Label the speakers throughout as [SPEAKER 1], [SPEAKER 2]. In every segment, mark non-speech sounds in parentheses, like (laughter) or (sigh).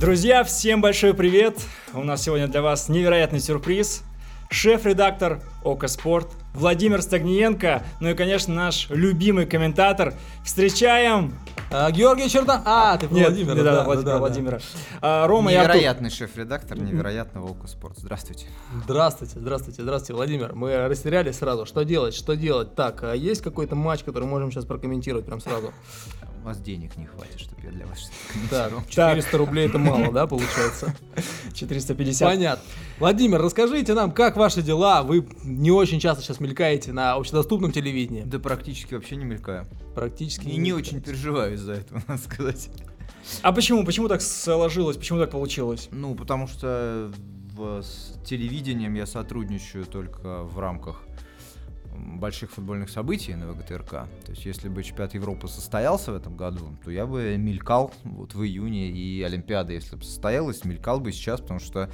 [SPEAKER 1] Друзья, всем большой привет! У нас сегодня для вас невероятный сюрприз. Шеф-редактор ОКО Спорт Владимир Стагниенко, ну и, конечно, наш любимый комментатор. Встречаем!
[SPEAKER 2] А, Георгий Чердан. А, ты про
[SPEAKER 1] Нет,
[SPEAKER 2] Владимира.
[SPEAKER 1] да,
[SPEAKER 2] да, да,
[SPEAKER 1] Владимира,
[SPEAKER 2] да.
[SPEAKER 1] Владимира. А, Рома и Артур.
[SPEAKER 3] Невероятный шеф-редактор невероятного Оку Спорт. Здравствуйте.
[SPEAKER 2] Здравствуйте, здравствуйте, здравствуйте, Владимир. Мы растерялись сразу. Что делать, что делать? Так, а есть какой-то матч, который можем сейчас прокомментировать прям сразу?
[SPEAKER 3] У вас денег не хватит, чтобы я для вас что-то
[SPEAKER 2] Так,
[SPEAKER 3] комментировал.
[SPEAKER 2] 400 рублей это мало, да, получается?
[SPEAKER 1] 450.
[SPEAKER 2] Понятно. Владимир, расскажите нам, как ваши дела? Вы не очень часто сейчас мелькаете на общедоступном телевидении.
[SPEAKER 3] Да практически вообще не мелькаю.
[SPEAKER 2] Практически
[SPEAKER 3] И не
[SPEAKER 2] мелькаете.
[SPEAKER 3] очень переживаю из-за этого, надо сказать.
[SPEAKER 1] А почему? Почему так сложилось? Почему так получилось?
[SPEAKER 3] Ну, потому что в- с телевидением я сотрудничаю только в рамках м, больших футбольных событий на ВГТРК. То есть, если бы чемпионат Европы состоялся в этом году, то я бы мелькал вот в июне, и Олимпиада, если бы состоялась, мелькал бы сейчас, потому что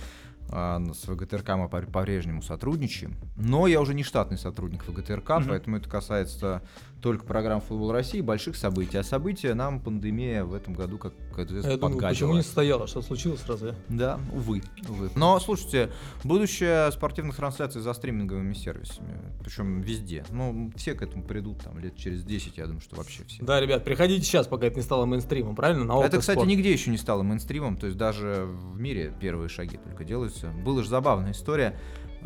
[SPEAKER 3] а, с ВГТРК мы по- по-прежнему сотрудничаем. Но я уже не штатный сотрудник ВГТРК,
[SPEAKER 1] Мгм.
[SPEAKER 3] поэтому это касается только программ «Футбол России» и больших событий. А события нам пандемия в этом году, как известно,
[SPEAKER 2] Я думаю,
[SPEAKER 3] подгадила.
[SPEAKER 2] почему не состояло? Что случилось сразу?
[SPEAKER 3] Да, увы, увы. Но слушайте, будущее спортивных трансляций за стриминговыми сервисами, причем везде. Ну, все к этому придут там лет через 10, я думаю, что вообще все. А
[SPEAKER 2] Да, ребят, приходите сейчас, пока это не стало мейнстримом, правильно? На
[SPEAKER 3] Это, кстати,
[SPEAKER 2] Окко Спорт.
[SPEAKER 3] нигде еще не стало мейнстримом, то есть даже в мире первые шаги только делаются. Была же забавная история.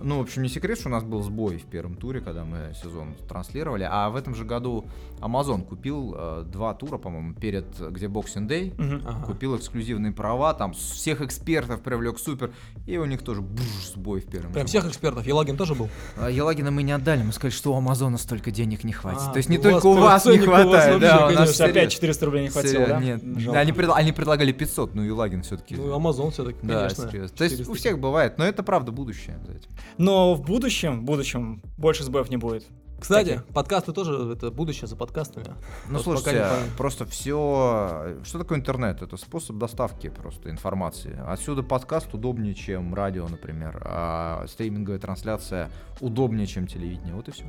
[SPEAKER 3] Ну, в общем, не секрет, что у нас был сбой в первом туре, когда мы сезон транслировали, а в этом же году Amazon купил э, два тура, по-моему, перед, э, где Boxing Day,
[SPEAKER 1] Мгм.
[SPEAKER 2] Ага.
[SPEAKER 3] купил эксклюзивные права, там с- всех экспертов привлек супер, и у них тоже буж, сбой в первом.
[SPEAKER 2] Прям
[SPEAKER 3] же
[SPEAKER 2] всех
[SPEAKER 3] матче.
[SPEAKER 2] экспертов. Елагин тоже был?
[SPEAKER 3] А Елагина мы не отдали, мы сказали, что у Амазона столько денег не хватит.
[SPEAKER 2] А,
[SPEAKER 3] То есть не
[SPEAKER 2] у вас
[SPEAKER 3] только у
[SPEAKER 2] прям
[SPEAKER 3] вас не
[SPEAKER 2] ценник у вас
[SPEAKER 3] хватает, да,
[SPEAKER 2] вообще,
[SPEAKER 3] у
[SPEAKER 1] То
[SPEAKER 3] нас
[SPEAKER 1] есть
[SPEAKER 2] конечно,
[SPEAKER 1] опять
[SPEAKER 3] серьезно.
[SPEAKER 1] 400 рублей не хватило,
[SPEAKER 3] Серьезно,
[SPEAKER 1] да?
[SPEAKER 3] Нет,
[SPEAKER 1] Жалко.
[SPEAKER 3] они, предла- они предлагали 500, ну Елагин все-таки.
[SPEAKER 2] Ну, Амазон все-таки,
[SPEAKER 3] да,
[SPEAKER 2] конечно.
[SPEAKER 3] серьезно. То есть у
[SPEAKER 2] 400.
[SPEAKER 3] всех бывает, но это правда будущее. за этим.
[SPEAKER 1] Но в будущем, в будущем больше сбоев не будет.
[SPEAKER 2] Кстати, подкасты тоже, это будущее за подкастами.
[SPEAKER 3] Ну,
[SPEAKER 2] Вот пока не
[SPEAKER 3] слушайте,
[SPEAKER 2] понятно.
[SPEAKER 3] просто все... Что такое интернет? Это способ доставки просто информации. Отсюда подкаст удобнее, чем радио, например. А стриминговая трансляция удобнее, чем телевидение. Вот и все.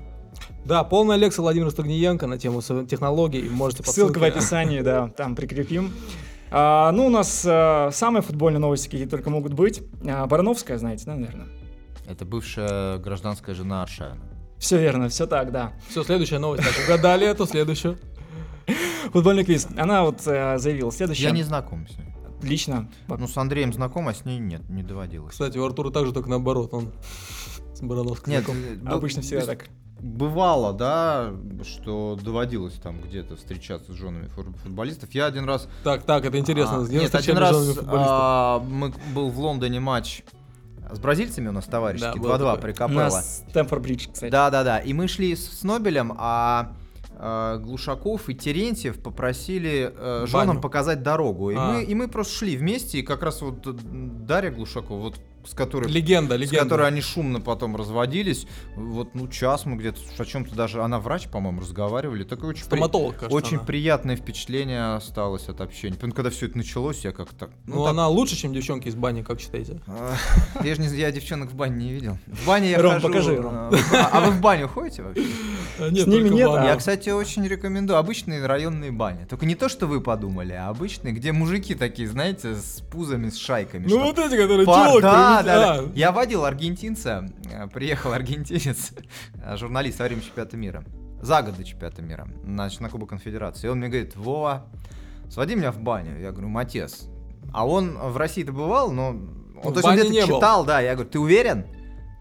[SPEAKER 2] Да, полная лекция Владимира Стогниенко на тему со- технологий. Можете по
[SPEAKER 1] Ссылка в
[SPEAKER 2] ссылке.
[SPEAKER 1] описании, да, там прикрепим. А, ну, у нас а, самые футбольные новости, какие только могут быть. А, Барановская, знаете, да, наверное?
[SPEAKER 3] Это бывшая гражданская жена Аршавина.
[SPEAKER 1] Все верно, все так, да.
[SPEAKER 2] Все, следующая новость. Так, угадали эту, следующую.
[SPEAKER 1] Футбольный квиз. Она вот э, заявила следующее.
[SPEAKER 3] Я не знаком с ней.
[SPEAKER 1] Отлично.
[SPEAKER 3] Ну, с Андреем знаком, а с ней нет, не доводилось.
[SPEAKER 2] Кстати, у Артура также только наоборот. Он с Барановским.
[SPEAKER 3] Нет, ну,
[SPEAKER 1] Обычно всегда так.
[SPEAKER 3] Бывало, да, что доводилось там где-то встречаться с женами фу- футболистов. Я один раз...
[SPEAKER 2] Так, так, это интересно.
[SPEAKER 3] А,
[SPEAKER 2] с кем
[SPEAKER 3] нет, один
[SPEAKER 2] встречали
[SPEAKER 3] раз
[SPEAKER 2] женами футболистов?
[SPEAKER 3] а, мы был в Лондоне матч с бразильцами у нас
[SPEAKER 2] Да,
[SPEAKER 3] товарищеский,
[SPEAKER 2] было
[SPEAKER 3] 2-2
[SPEAKER 2] такое.
[SPEAKER 3] при
[SPEAKER 1] У
[SPEAKER 3] Капелло.
[SPEAKER 1] нас Стэнфорд Бридж, кстати.
[SPEAKER 3] Да, да, да. И мы шли с, с Нобелем, а э, Глушаков и Терентьев попросили э, женам
[SPEAKER 2] Баню.
[SPEAKER 3] показать дорогу. И,
[SPEAKER 2] А.
[SPEAKER 3] мы, и мы просто шли вместе, и как раз вот э, Дарья Глушакова, вот с которой...
[SPEAKER 2] Легенда,
[SPEAKER 3] С
[SPEAKER 2] легенда.
[SPEAKER 3] которой они шумно потом разводились. Вот, ну, час мы где-то о чем-то даже. Она врач, по-моему, разговаривали. Такое очень, при-
[SPEAKER 2] Стоматолог, кажется,
[SPEAKER 3] очень
[SPEAKER 2] она.
[SPEAKER 3] приятное впечатление осталось от общения. Потом, когда все это началось, я как-то.
[SPEAKER 2] Ну,
[SPEAKER 3] так,
[SPEAKER 2] она лучше, чем девчонки из бани, как считаете?
[SPEAKER 3] а, Я же не, я девчонок в бане не видел. В бане я
[SPEAKER 1] Ром,
[SPEAKER 3] хожу,
[SPEAKER 1] покажи,
[SPEAKER 3] а,
[SPEAKER 1] Ром.
[SPEAKER 3] А, а вы в баню
[SPEAKER 1] (laughs)
[SPEAKER 3] ходите вообще?
[SPEAKER 1] С ними нет, а-
[SPEAKER 3] Я, кстати, очень рекомендую обычные районные бани. Только не то, что вы подумали, а обычные, где мужики такие, знаете, с пузами, с шайками.
[SPEAKER 2] Ну
[SPEAKER 3] чтоб
[SPEAKER 2] вот эти, которые
[SPEAKER 3] Пар-
[SPEAKER 2] телок
[SPEAKER 3] да,
[SPEAKER 2] привез-
[SPEAKER 3] да,
[SPEAKER 2] а.
[SPEAKER 3] да. Я водил аргентинца, э, приехал аргентинец, (laughs) э, журналист со временем чемпионата мира. За год до чемпионата мира, значит, на Кубок Конфедерации. И он мне говорит, Вова, своди меня в баню. Я говорю, Матес. А он в России-то бывал, но...
[SPEAKER 2] Ну, в
[SPEAKER 3] Он, то есть он
[SPEAKER 2] бане
[SPEAKER 3] где-то
[SPEAKER 2] не был.
[SPEAKER 3] читал, да. Я говорю, ты уверен?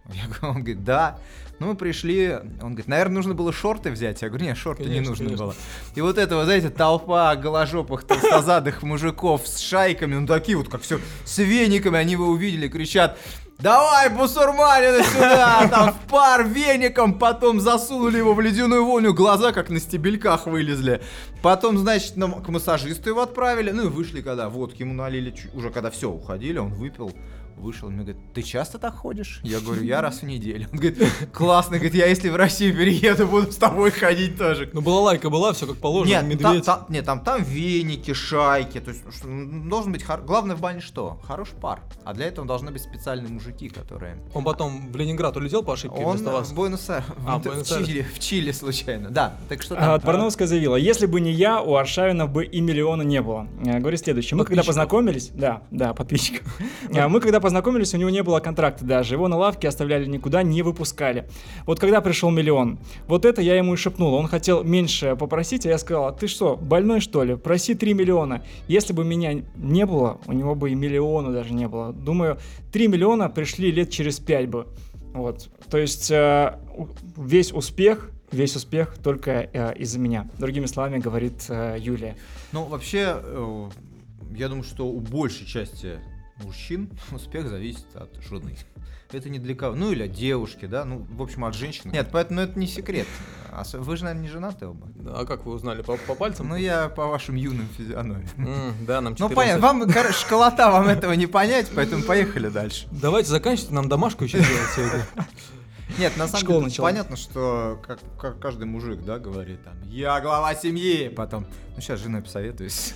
[SPEAKER 3] (laughs) Я говорю, он говорит, да. Ну, мы пришли, он говорит, наверное, нужно было шорты взять. Я говорю, нет, шорты не
[SPEAKER 2] Конечно,
[SPEAKER 3] нужно
[SPEAKER 2] конечно.
[SPEAKER 3] было. И вот это, вот, знаете, толпа голожопых, толстозадых мужиков с шайками, ну такие вот, как все, с вениками, они его увидели, кричат, давай, бусурманина сюда, там в пар веником, потом засунули его в ледяную воню, глаза как на стебельках вылезли. Потом, значит, нам к массажисту его отправили, ну и вышли, когда водки ему налили, чу- уже когда все уходили, он выпил. Вышел, он мне говорит, ты часто так ходишь? Я говорю, я раз в неделю. Он говорит, классно, говорит, я если в Россию перееду, буду с тобой ходить тоже.
[SPEAKER 2] Ну, была лайка была, все как положено,
[SPEAKER 3] нет, ну,
[SPEAKER 2] медведь.
[SPEAKER 3] Там, там- нет, там, там веники, шайки. То есть ну, что, ну, должен быть хор- главное в бане что? Хороший пар. А для этого должны быть специальные мужики, которые.
[SPEAKER 2] Он потом в Ленинград улетел по ошибке или
[SPEAKER 3] Он э,
[SPEAKER 2] оставался?
[SPEAKER 3] в Буэнос-Айрес.
[SPEAKER 2] А,
[SPEAKER 3] в,
[SPEAKER 2] Буэнос-Айрес.
[SPEAKER 3] Чили, в Чили случайно. Да. Так что
[SPEAKER 1] А,
[SPEAKER 3] там? э,
[SPEAKER 1] Барановская заявила, если бы не я, у Аршавина бы и миллиона не было. А, Говорит следующее. Мы когда
[SPEAKER 2] Подписчиков.
[SPEAKER 1] познакомились... Да, да, подписчиков. (laughs) А, Мы когда познакомились, у него не было контракта даже. Его на лавке оставляли никуда, не выпускали. Вот когда пришел миллион, вот это я ему и шепнул. Он хотел меньше попросить, а я сказал, «А ты что, больной что ли? Проси 3 миллиона. Если бы меня не было, у него бы и миллиона даже не было. Думаю, 3 миллиона пришли лет через 5 бы. Вот. То есть э, у- весь успех, весь успех только э, из-за меня. Другими словами, говорит э, Юлия.
[SPEAKER 3] Ну, вообще, э, я думаю, что у большей части мужчин (laughs) успех зависит от жены. Это не для кого. Ну, или от девушки, да? Ну, в общем, от женщины. Нет, поэтому это не секрет. Ос- Вы же, наверное, не женаты оба.
[SPEAKER 2] Да, А как вы узнали? По, по пальцам?
[SPEAKER 3] Ну, я по вашим юным физиономиям.
[SPEAKER 2] М, да, нам
[SPEAKER 3] Ну,
[SPEAKER 2] 14.
[SPEAKER 3] понятно, вам, короче, школота, вам этого не понять, поэтому поехали дальше.
[SPEAKER 2] Давайте заканчивайте, нам домашку
[SPEAKER 3] (laughs)
[SPEAKER 2] еще делать сегодня.
[SPEAKER 3] Нет, на самом
[SPEAKER 1] Школа
[SPEAKER 3] деле
[SPEAKER 1] началась.
[SPEAKER 3] понятно, что как, как каждый мужик, да, говорит там, я глава семьи, потом, ну сейчас с женой (laughs) посоветуюсь.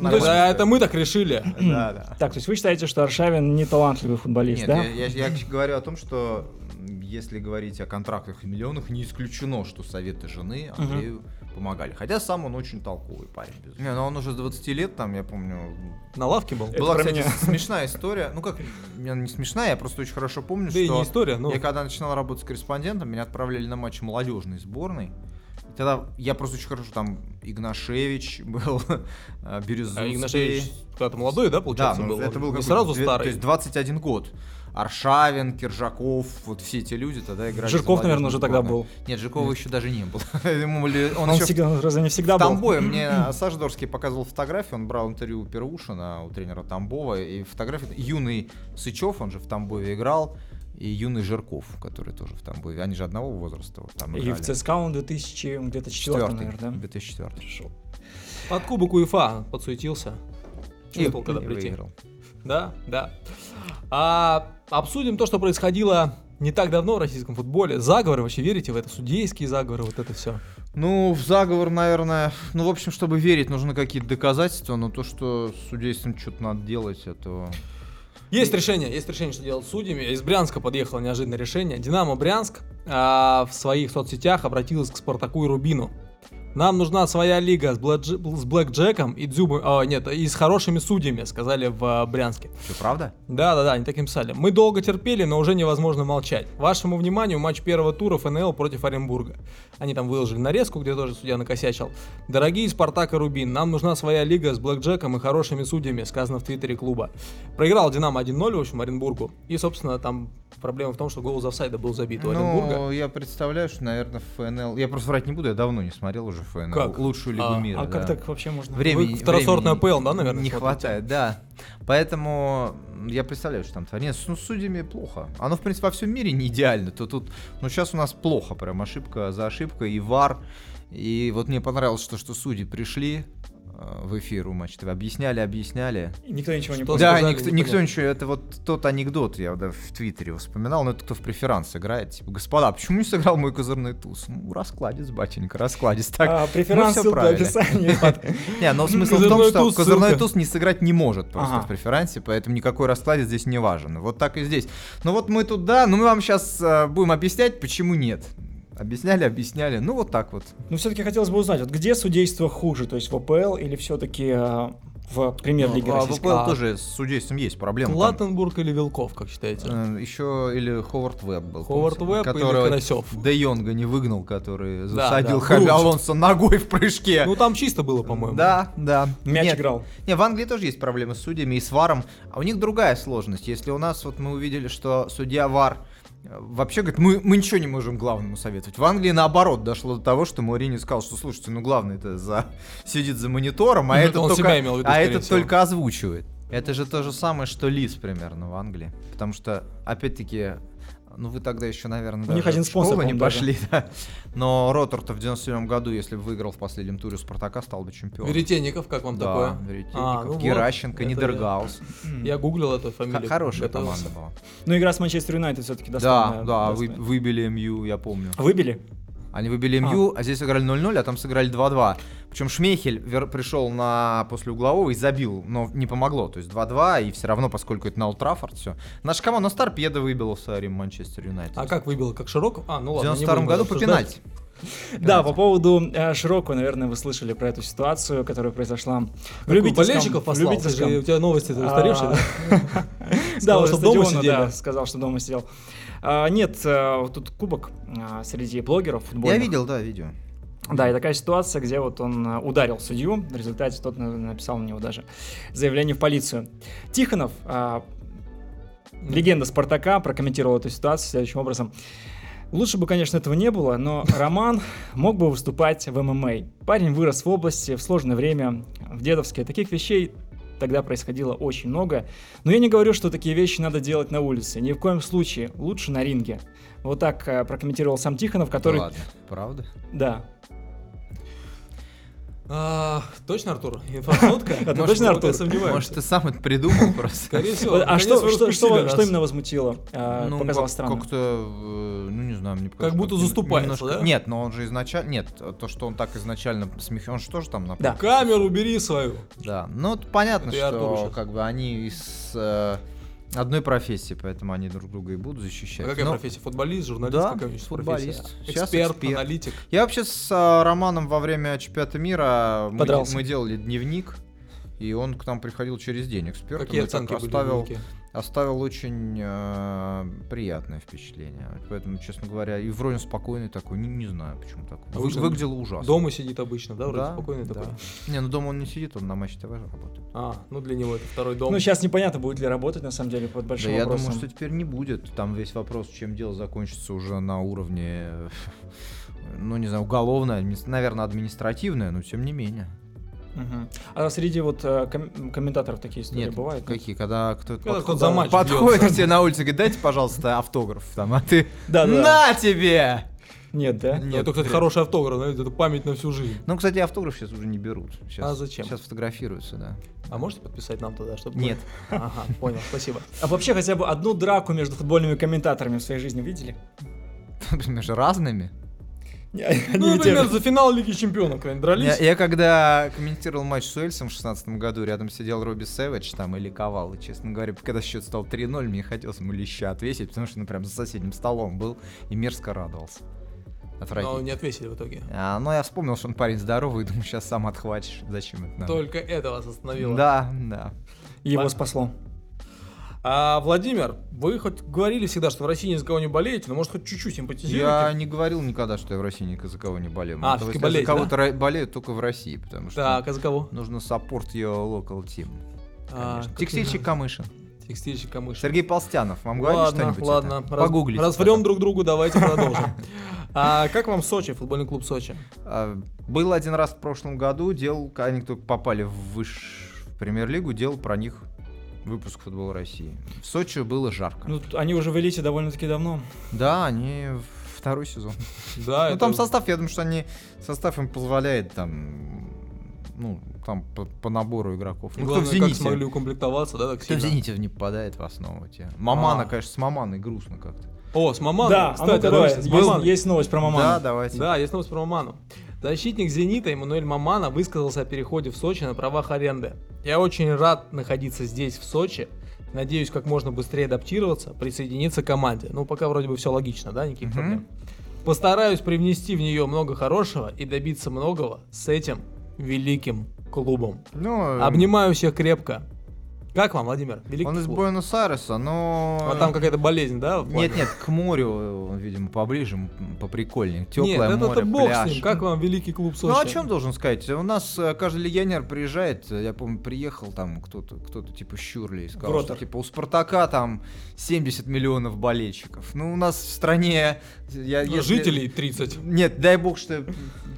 [SPEAKER 2] Ну, то есть, а это мы так решили.
[SPEAKER 3] Да, да.
[SPEAKER 1] Так, то есть вы считаете, что Аршавин не талантливый футболист,
[SPEAKER 3] Нет,
[SPEAKER 1] да?
[SPEAKER 3] я, я- я говорю о том, что м, если говорить о контрактах и миллионах, не исключено, что советы жены
[SPEAKER 1] Мгм.
[SPEAKER 3] Андрею помогали. Хотя сам он очень толковый парень. Не, но он уже с 20 лет, там, я помню,
[SPEAKER 2] На лавке был.
[SPEAKER 1] Это
[SPEAKER 3] была,
[SPEAKER 1] про
[SPEAKER 3] кстати,
[SPEAKER 1] меня.
[SPEAKER 3] смешная история. Ну как, не, она не смешная, я просто очень хорошо помню,
[SPEAKER 2] Да и не
[SPEAKER 3] что
[SPEAKER 2] история, ну. но...
[SPEAKER 3] я когда начинал работать с корреспондентом, меня отправляли на матч молодежной сборной. И тогда я просто очень хорошо, там Игнашевич был, (laughs) э,
[SPEAKER 2] А
[SPEAKER 3] Бирюзовский.
[SPEAKER 2] Игнашевич когда-то молодой, да, получается,
[SPEAKER 3] Да, ну,
[SPEAKER 2] был?
[SPEAKER 3] это был
[SPEAKER 2] Не
[SPEAKER 3] какой-то
[SPEAKER 2] сразу
[SPEAKER 3] две-
[SPEAKER 2] старый.
[SPEAKER 3] То есть 21 год. Аршавин, Киржаков, вот все эти люди тогда играли. за
[SPEAKER 1] Жирков, наверное,
[SPEAKER 3] молодежную
[SPEAKER 1] уже тогда
[SPEAKER 3] сборную.
[SPEAKER 1] был.
[SPEAKER 3] Нет, Жиркова еще даже не было. (laughs) Ему были-
[SPEAKER 1] Он,
[SPEAKER 3] Он еще
[SPEAKER 1] всегда, он разве не всегда
[SPEAKER 3] в
[SPEAKER 1] был?
[SPEAKER 3] Тамбове. Мне
[SPEAKER 1] (clears throat)
[SPEAKER 3] Саждорский показывал фотографию, он брал интервью у Первушина, у тренера Тамбова, и фотографии. Юный Сычев, он же в Тамбове играл, и юный Жирков, который тоже в Тамбове. Они же одного возраста вот там
[SPEAKER 1] И в
[SPEAKER 3] играли.
[SPEAKER 1] ЦСКА он 2000, где-то четвертый, наверное, да?
[SPEAKER 3] 2004.
[SPEAKER 1] Пришел.
[SPEAKER 2] Под кубок УЕФА подсуетился. Чувствовал,
[SPEAKER 3] И-
[SPEAKER 2] когда
[SPEAKER 3] и
[SPEAKER 2] прийти.
[SPEAKER 3] выиграл.
[SPEAKER 2] Да, да. А, обсудим то, что происходило не так давно в российском футболе. Заговоры, вообще верите в это? Судейские заговоры, вот это все.
[SPEAKER 3] Ну, в заговор, наверное, ну, в общем, чтобы верить, нужны какие-то доказательства, но то, что с судейством что-то надо делать, это...
[SPEAKER 2] Есть решение, есть решение, что делать с судьями. Из Брянска подъехало неожиданное решение. Динамо Брянск а, в своих соцсетях обратилась к Спартаку и Рубину. Нам нужна своя лига с, Блэджи- с Блэк Джеком и Дзюбой, а, нет, и с хорошими судьями, сказали в а, Брянске.
[SPEAKER 3] Все правда?
[SPEAKER 2] Да-да-да, они так и писали. Мы долго терпели, но уже невозможно молчать. Вашему вниманию матч первого тура ФНЛ против Оренбурга. Они там выложили нарезку, где тоже судья накосячил. Дорогие Спартак и Рубин, нам нужна своя лига с Блэкджеком и хорошими судьями, сказано в твиттере клуба. Проиграл Динамо 1-0, в общем, Оренбургу. И, собственно, там проблема в том, что гол из офсайда был забит у Оренбурга.
[SPEAKER 3] Ну, я представляю, что, наверное, ФНЛ... Я просто врать не буду, я давно не смотрел уже ФНЛ.
[SPEAKER 2] Как?
[SPEAKER 3] Лучшую лигу
[SPEAKER 2] А,
[SPEAKER 3] мира,
[SPEAKER 1] А как
[SPEAKER 3] да.
[SPEAKER 1] так вообще можно?
[SPEAKER 3] Времени,
[SPEAKER 2] Вы второсортный
[SPEAKER 3] времени
[SPEAKER 2] АПЛ, да, наверное,
[SPEAKER 3] Не
[SPEAKER 2] смотрите?
[SPEAKER 3] хватает, да. Поэтому м, я представляю, что там творится. Нет, с- Ну, с судьями плохо. Оно, в принципе, во всем мире не идеально. То тут, ну, сейчас у нас плохо прям ошибка за ошибкой и вар. И вот мне понравилось, что, что судьи пришли э, в эфир у матча ТВ. Объясняли, объясняли.
[SPEAKER 1] И Никто ничего не
[SPEAKER 2] Что
[SPEAKER 1] понял.
[SPEAKER 2] за-
[SPEAKER 3] да,
[SPEAKER 2] сказали,
[SPEAKER 3] никто,
[SPEAKER 2] непонятно.
[SPEAKER 3] никто ничего, это вот тот анекдот, я да, в Твиттере его вспоминал, но это кто в преферанс играет. Типа, господа, почему не сыграл мой козырный туз? Ну, раскладец, батенька, раскладец. Так, ну,
[SPEAKER 1] А, преферанс
[SPEAKER 3] всё
[SPEAKER 1] ссылка в
[SPEAKER 3] правильно.
[SPEAKER 1] описании.
[SPEAKER 3] не, но смысл в том,
[SPEAKER 2] Козырной
[SPEAKER 3] что
[SPEAKER 2] туз,
[SPEAKER 3] козырной
[SPEAKER 2] ссылка.
[SPEAKER 3] туз не сыграть не может просто
[SPEAKER 1] Ага.
[SPEAKER 3] в преферансе, поэтому никакой расклад здесь не важен. Вот так и здесь. Ну вот мы тут, да, но мы вам сейчас будем объяснять, почему нет. Объясняли, объясняли, ну вот так вот.
[SPEAKER 1] Но все-таки хотелось бы узнать, вот где судейство хуже, то есть в АПЛ или все-таки в премьер-лиге
[SPEAKER 3] А в
[SPEAKER 1] российской?
[SPEAKER 3] АПЛ тоже с судейством есть проблема. там.
[SPEAKER 2] Латтенбург или Вилков, как считаете?
[SPEAKER 3] Э, Еще или Ховард Веб был.
[SPEAKER 2] Ховард
[SPEAKER 3] помните,
[SPEAKER 2] Веб или
[SPEAKER 3] которого
[SPEAKER 2] Карасев?
[SPEAKER 3] Де Йонга не выгнал, который
[SPEAKER 2] да,
[SPEAKER 3] засадил Хави
[SPEAKER 2] Крузев.
[SPEAKER 3] Алонсо ногой в прыжке.
[SPEAKER 2] Ну, там чисто было, по-моему.
[SPEAKER 3] Да, да.
[SPEAKER 1] Мяч
[SPEAKER 3] Нет,
[SPEAKER 1] играл.
[SPEAKER 3] Не, в Англии тоже есть проблемы с судьями и с варом, а у них другая сложность. Если у нас вот мы увидели, что судья вар э, вообще говорит, мы, мы ничего не можем главному советовать. В Англии наоборот дошло до того, что Маурини сказал, что слушайте, ну главный это за (laughs) сидит за монитором, а
[SPEAKER 2] Ну, это
[SPEAKER 3] это
[SPEAKER 2] он
[SPEAKER 3] только,
[SPEAKER 2] себя имел в виду,
[SPEAKER 3] а
[SPEAKER 2] скорее
[SPEAKER 3] этот
[SPEAKER 2] всего.
[SPEAKER 3] только озвучивает. Это же то же самое, что Лис примерно в Англии, потому что опять-таки Ну, вы тогда еще, наверное,
[SPEAKER 1] У них
[SPEAKER 3] даже
[SPEAKER 1] один
[SPEAKER 3] в
[SPEAKER 1] спонсор,
[SPEAKER 3] школу не
[SPEAKER 1] по-моему, даже.
[SPEAKER 3] пошли, (laughs) да. Но Ротор-то в 97 году, если бы выиграл в последнем туре у Спартака, стал бы чемпионом.
[SPEAKER 2] Веретенников, как вам
[SPEAKER 3] Да,
[SPEAKER 2] такое?
[SPEAKER 3] Веретенников,
[SPEAKER 2] А, ну вот,
[SPEAKER 3] Геращенко,
[SPEAKER 2] это
[SPEAKER 3] Нидергаус.
[SPEAKER 2] Я гуглил эту фамилию.
[SPEAKER 3] Х- Хорошая
[SPEAKER 2] готовился.
[SPEAKER 3] команда была.
[SPEAKER 1] Ну, игра с Манчестер Юнайтед все-таки
[SPEAKER 3] Да,
[SPEAKER 1] достойная.
[SPEAKER 3] да, вы-
[SPEAKER 1] достойная.
[SPEAKER 3] выбили МЮ, я помню.
[SPEAKER 1] Выбили?
[SPEAKER 3] Они выбили
[SPEAKER 1] А.
[SPEAKER 3] МЮ, а здесь играли 0-0, а там сыграли 2-2. Причем Шмейхель вер- пришел на после углового и забил, но не помогло. То есть 2-2, и все равно, поскольку это на Олд Траффорд, все. Наша команда на Старпеда выбила в свое время Манчестер Юнайтед.
[SPEAKER 2] А как выбил? Как Широков? А, ну
[SPEAKER 3] В
[SPEAKER 2] ладно. не
[SPEAKER 3] 92
[SPEAKER 2] будем
[SPEAKER 3] году по
[SPEAKER 2] обсуждать.
[SPEAKER 3] пенальти.
[SPEAKER 1] Да, по поводу э, Широкого, наверное, вы слышали про эту ситуацию, которая произошла в
[SPEAKER 2] Какой
[SPEAKER 1] любительском-
[SPEAKER 2] болельщиков послал? Ты
[SPEAKER 1] любительском.
[SPEAKER 2] же- у тебя новости
[SPEAKER 1] А,
[SPEAKER 2] устаревшие, да?
[SPEAKER 1] Да,
[SPEAKER 3] (laughs)
[SPEAKER 2] Сказал,
[SPEAKER 1] уже
[SPEAKER 2] что дома
[SPEAKER 1] стадиона,
[SPEAKER 2] сидели.
[SPEAKER 1] да, сказал, что дома сидел. А, Нет, э, вот тут кубок а, среди блогеров футбольных.
[SPEAKER 3] Я видел, да, видео.
[SPEAKER 1] Да, и такая ситуация, где вот он э, ударил судью, в результате тот на- написал на него даже заявление в полицию. Тихонов, а, легенда Спартака, прокомментировал эту ситуацию следующим образом. Лучше бы, конечно, этого не было, но Роман мог бы выступать в ММА. Парень вырос в области в сложное время, в дедовске. Таких вещей тогда происходило очень много. Но я не говорю, что такие вещи надо делать на улице. Ни в коем случае. Лучше на ринге. Вот так э, прокомментировал сам Тихонов, который...
[SPEAKER 3] Да ладно, правда?
[SPEAKER 1] да.
[SPEAKER 2] А, Точно, Артур?
[SPEAKER 3] (laughs)
[SPEAKER 2] Информатка?
[SPEAKER 1] А ты точно, Артур?
[SPEAKER 3] Может, ты сам это придумал (laughs) просто?
[SPEAKER 2] Скорее всего.
[SPEAKER 1] Вот, а
[SPEAKER 2] наконец
[SPEAKER 1] что,
[SPEAKER 2] вы
[SPEAKER 1] что,
[SPEAKER 2] раскусили
[SPEAKER 1] что,
[SPEAKER 2] нас.
[SPEAKER 1] что именно возмутило? А,
[SPEAKER 3] Ну,
[SPEAKER 1] показалось
[SPEAKER 3] как-
[SPEAKER 1] странным.
[SPEAKER 3] Как-то, э, ну не знаю, мне показалось,
[SPEAKER 2] будто
[SPEAKER 3] что
[SPEAKER 2] заступается, да?
[SPEAKER 3] Нет, но он же изначально... Нет, то, что он так изначально смех... Он же тоже там напал.
[SPEAKER 1] Да.
[SPEAKER 2] Камеру убери свою.
[SPEAKER 3] Да, ну это понятно,
[SPEAKER 2] Это я Артуру
[SPEAKER 3] что
[SPEAKER 2] щас.
[SPEAKER 3] как бы они из э, одной профессии, поэтому они друг друга и будут защищать. Ну,
[SPEAKER 2] А какая
[SPEAKER 3] Но
[SPEAKER 2] профессия? Футболист, журналист?
[SPEAKER 3] Да,
[SPEAKER 2] какая у них сейчас
[SPEAKER 3] футболист.
[SPEAKER 2] профессия?
[SPEAKER 3] Сейчас
[SPEAKER 2] Эксперт,
[SPEAKER 3] эксперт.
[SPEAKER 2] аналитик.
[SPEAKER 3] Я вообще с э, Романом во время чемпионата мира мы, де-
[SPEAKER 1] Подрался.
[SPEAKER 3] мы делали дневник, и он к нам приходил через день экспертом.
[SPEAKER 2] Какие
[SPEAKER 3] и так
[SPEAKER 2] оценки были? в
[SPEAKER 3] оставил,
[SPEAKER 2] дневнике?
[SPEAKER 3] оставил А очень э, приятное впечатление. Поэтому, честно говоря, и вроде он спокойный такой, не, не знаю, почему такой.
[SPEAKER 2] А
[SPEAKER 3] Вы-
[SPEAKER 2] вы-
[SPEAKER 3] выглядело ужасно.
[SPEAKER 2] Дома сидит обычно, да? Вроде
[SPEAKER 3] Да,
[SPEAKER 2] спокойный
[SPEAKER 3] да.
[SPEAKER 2] такой.
[SPEAKER 3] Не, ну дома он не сидит, он на матче ТВ работает.
[SPEAKER 2] А, ну для него это второй дом.
[SPEAKER 1] Ну, сейчас непонятно, будет ли работать, на самом деле, под
[SPEAKER 3] Да
[SPEAKER 1] большим
[SPEAKER 3] я
[SPEAKER 1] вопросом.
[SPEAKER 3] думаю, что теперь не будет. Там весь вопрос, чем дело закончится уже на уровне, (laughs) э, ну, не знаю, уголовное, адми- наверное, административное, но тем не менее.
[SPEAKER 1] Мгм. А среди вот э, ком- комментаторов такие истории
[SPEAKER 3] Нет,
[SPEAKER 1] бывают?
[SPEAKER 3] какие, когда кто-то
[SPEAKER 2] Когда
[SPEAKER 3] подходит-
[SPEAKER 2] кто-то за матч
[SPEAKER 3] подходит
[SPEAKER 2] бьется.
[SPEAKER 3] к тебе на улице и говорит, дайте, пожалуйста, автограф там, а ты
[SPEAKER 1] Да, да.
[SPEAKER 3] «На тебе!»
[SPEAKER 1] Нет, да?
[SPEAKER 2] Ну,
[SPEAKER 3] Нет,
[SPEAKER 2] это, кстати,
[SPEAKER 3] бред.
[SPEAKER 2] хороший автограф, знаете, это память на всю жизнь.
[SPEAKER 3] Ну, кстати, автограф сейчас уже не берут. Сейчас,
[SPEAKER 2] А зачем?
[SPEAKER 3] Сейчас фотографируются, да. (laughs)
[SPEAKER 2] А можете подписать нам туда, чтобы... мы-
[SPEAKER 3] Нет.
[SPEAKER 2] Ага, понял,
[SPEAKER 3] (laughs)
[SPEAKER 2] спасибо.
[SPEAKER 1] А вообще хотя бы одну драку между футбольными комментаторами в своей жизни видели?
[SPEAKER 3] Между разными.
[SPEAKER 1] Не, они
[SPEAKER 2] Ну,
[SPEAKER 1] не те
[SPEAKER 2] например,
[SPEAKER 1] же.
[SPEAKER 2] за финал Лиги Чемпионов кто-нибудь
[SPEAKER 3] Я,
[SPEAKER 2] дрались.
[SPEAKER 3] я когда комментировал матч с Уэльсом в 16 году, рядом сидел Робби Сэвидж там и ликовал. И, честно говоря, когда счет стал 3-0, мне хотелось ему леща отвесить, потому что он прям за соседним столом был и мерзко радовался.
[SPEAKER 2] Но
[SPEAKER 3] Отвратительно.
[SPEAKER 2] не отвесили в итоге.
[SPEAKER 3] А, но я вспомнил, что он парень здоровый, (laughs) и думаю, сейчас сам отхватишь. Зачем это надо?
[SPEAKER 2] Только это вас остановило.
[SPEAKER 3] Да, да.
[SPEAKER 1] Его спасло.
[SPEAKER 2] А, Владимир, вы хоть говорили всегда, что в России ни за кого не болеете, но может хоть чуть-чуть симпатизируете?
[SPEAKER 3] Я не говорил никогда, что я в России ни за кого не болею. Ну,
[SPEAKER 2] А,
[SPEAKER 3] Потому
[SPEAKER 2] всё-таки
[SPEAKER 3] что
[SPEAKER 2] болеете,
[SPEAKER 3] если за кого-то ра- болею, только в России, потому что
[SPEAKER 2] Так, а за кого?
[SPEAKER 3] нужно support your local team.
[SPEAKER 2] А,
[SPEAKER 3] конечно.
[SPEAKER 2] как
[SPEAKER 3] Текстильщик
[SPEAKER 2] его
[SPEAKER 3] Камышин.
[SPEAKER 2] зовут? Текстильщик Камыш.
[SPEAKER 3] Сергей Полстянов, вам говорит
[SPEAKER 2] Ладно,
[SPEAKER 3] что-нибудь?
[SPEAKER 2] ладно.
[SPEAKER 3] это?
[SPEAKER 2] раз-
[SPEAKER 3] Погуглите.
[SPEAKER 2] Разврем друг другу, давайте продолжим. (laughs) А как вам Сочи, футбольный клуб Сочи?
[SPEAKER 3] А, Был один раз в прошлом году, делал, когда они только попали в выш- в премьер-лигу, делал про них выпуск «Футбол России». В Сочи было жарко.
[SPEAKER 1] Ну, т- они уже в элите довольно-таки давно.
[SPEAKER 3] да, они в- второй сезон.
[SPEAKER 2] Да,
[SPEAKER 3] ну,
[SPEAKER 2] А, это-
[SPEAKER 3] там состав, я думаю, что они... Состав им позволяет там... Ну, там по, по набору игроков. Ну, кто в
[SPEAKER 2] Главное, как
[SPEAKER 3] «Зените».
[SPEAKER 2] смогли укомплектоваться, да, так
[SPEAKER 3] Кто в
[SPEAKER 2] сильно.
[SPEAKER 3] «Зените» не попадает в основу те. Мамана,
[SPEAKER 2] А.
[SPEAKER 3] конечно, с Маманой грустно как-то.
[SPEAKER 2] О, с Маманом.
[SPEAKER 1] да, а
[SPEAKER 2] кстати,
[SPEAKER 1] ну-ка, давай,
[SPEAKER 2] отлично, с
[SPEAKER 1] есть,
[SPEAKER 2] Маманом.
[SPEAKER 1] есть новость про Мамана.
[SPEAKER 3] Да, давайте.
[SPEAKER 2] Да, есть новость про Маману. Защитник «Зенита» Эммануэль Мамана высказался о переходе в Сочи на правах аренды. «Я очень рад находиться здесь, в Сочи. Надеюсь, как можно быстрее адаптироваться, присоединиться к команде». Ну, пока вроде бы все логично, да, никаких
[SPEAKER 3] Мгм.
[SPEAKER 2] проблем. «Постараюсь привнести в нее много хорошего и добиться многого с этим великим клубом.
[SPEAKER 3] Ну, э,
[SPEAKER 2] Обнимаю всех крепко». Как вам, Владимир? Великий
[SPEAKER 3] он из
[SPEAKER 2] клуб.
[SPEAKER 3] Буэнос-Айреса, но...
[SPEAKER 2] А там какая-то болезнь, да? в плане?
[SPEAKER 3] Нет, нет, к морю, он, видимо, поближе, м, поприкольнее. Теплое
[SPEAKER 2] Нет, это-то
[SPEAKER 3] море,
[SPEAKER 2] бог
[SPEAKER 3] пляж.
[SPEAKER 2] с ним. Как вам великий клуб Сочи?
[SPEAKER 3] Ну о чем должен сказать? У нас э, каждый легионер приезжает, э, я помню, приехал там кто-то, кто-то типа Щурли и сказал,
[SPEAKER 1] Гротер.
[SPEAKER 3] что типа у Спартака там 70 миллионов болельщиков. Ну у нас в стране... э, Я,
[SPEAKER 2] Ну,
[SPEAKER 3] если-
[SPEAKER 2] Жителей 30.
[SPEAKER 3] Нет, дай бог, что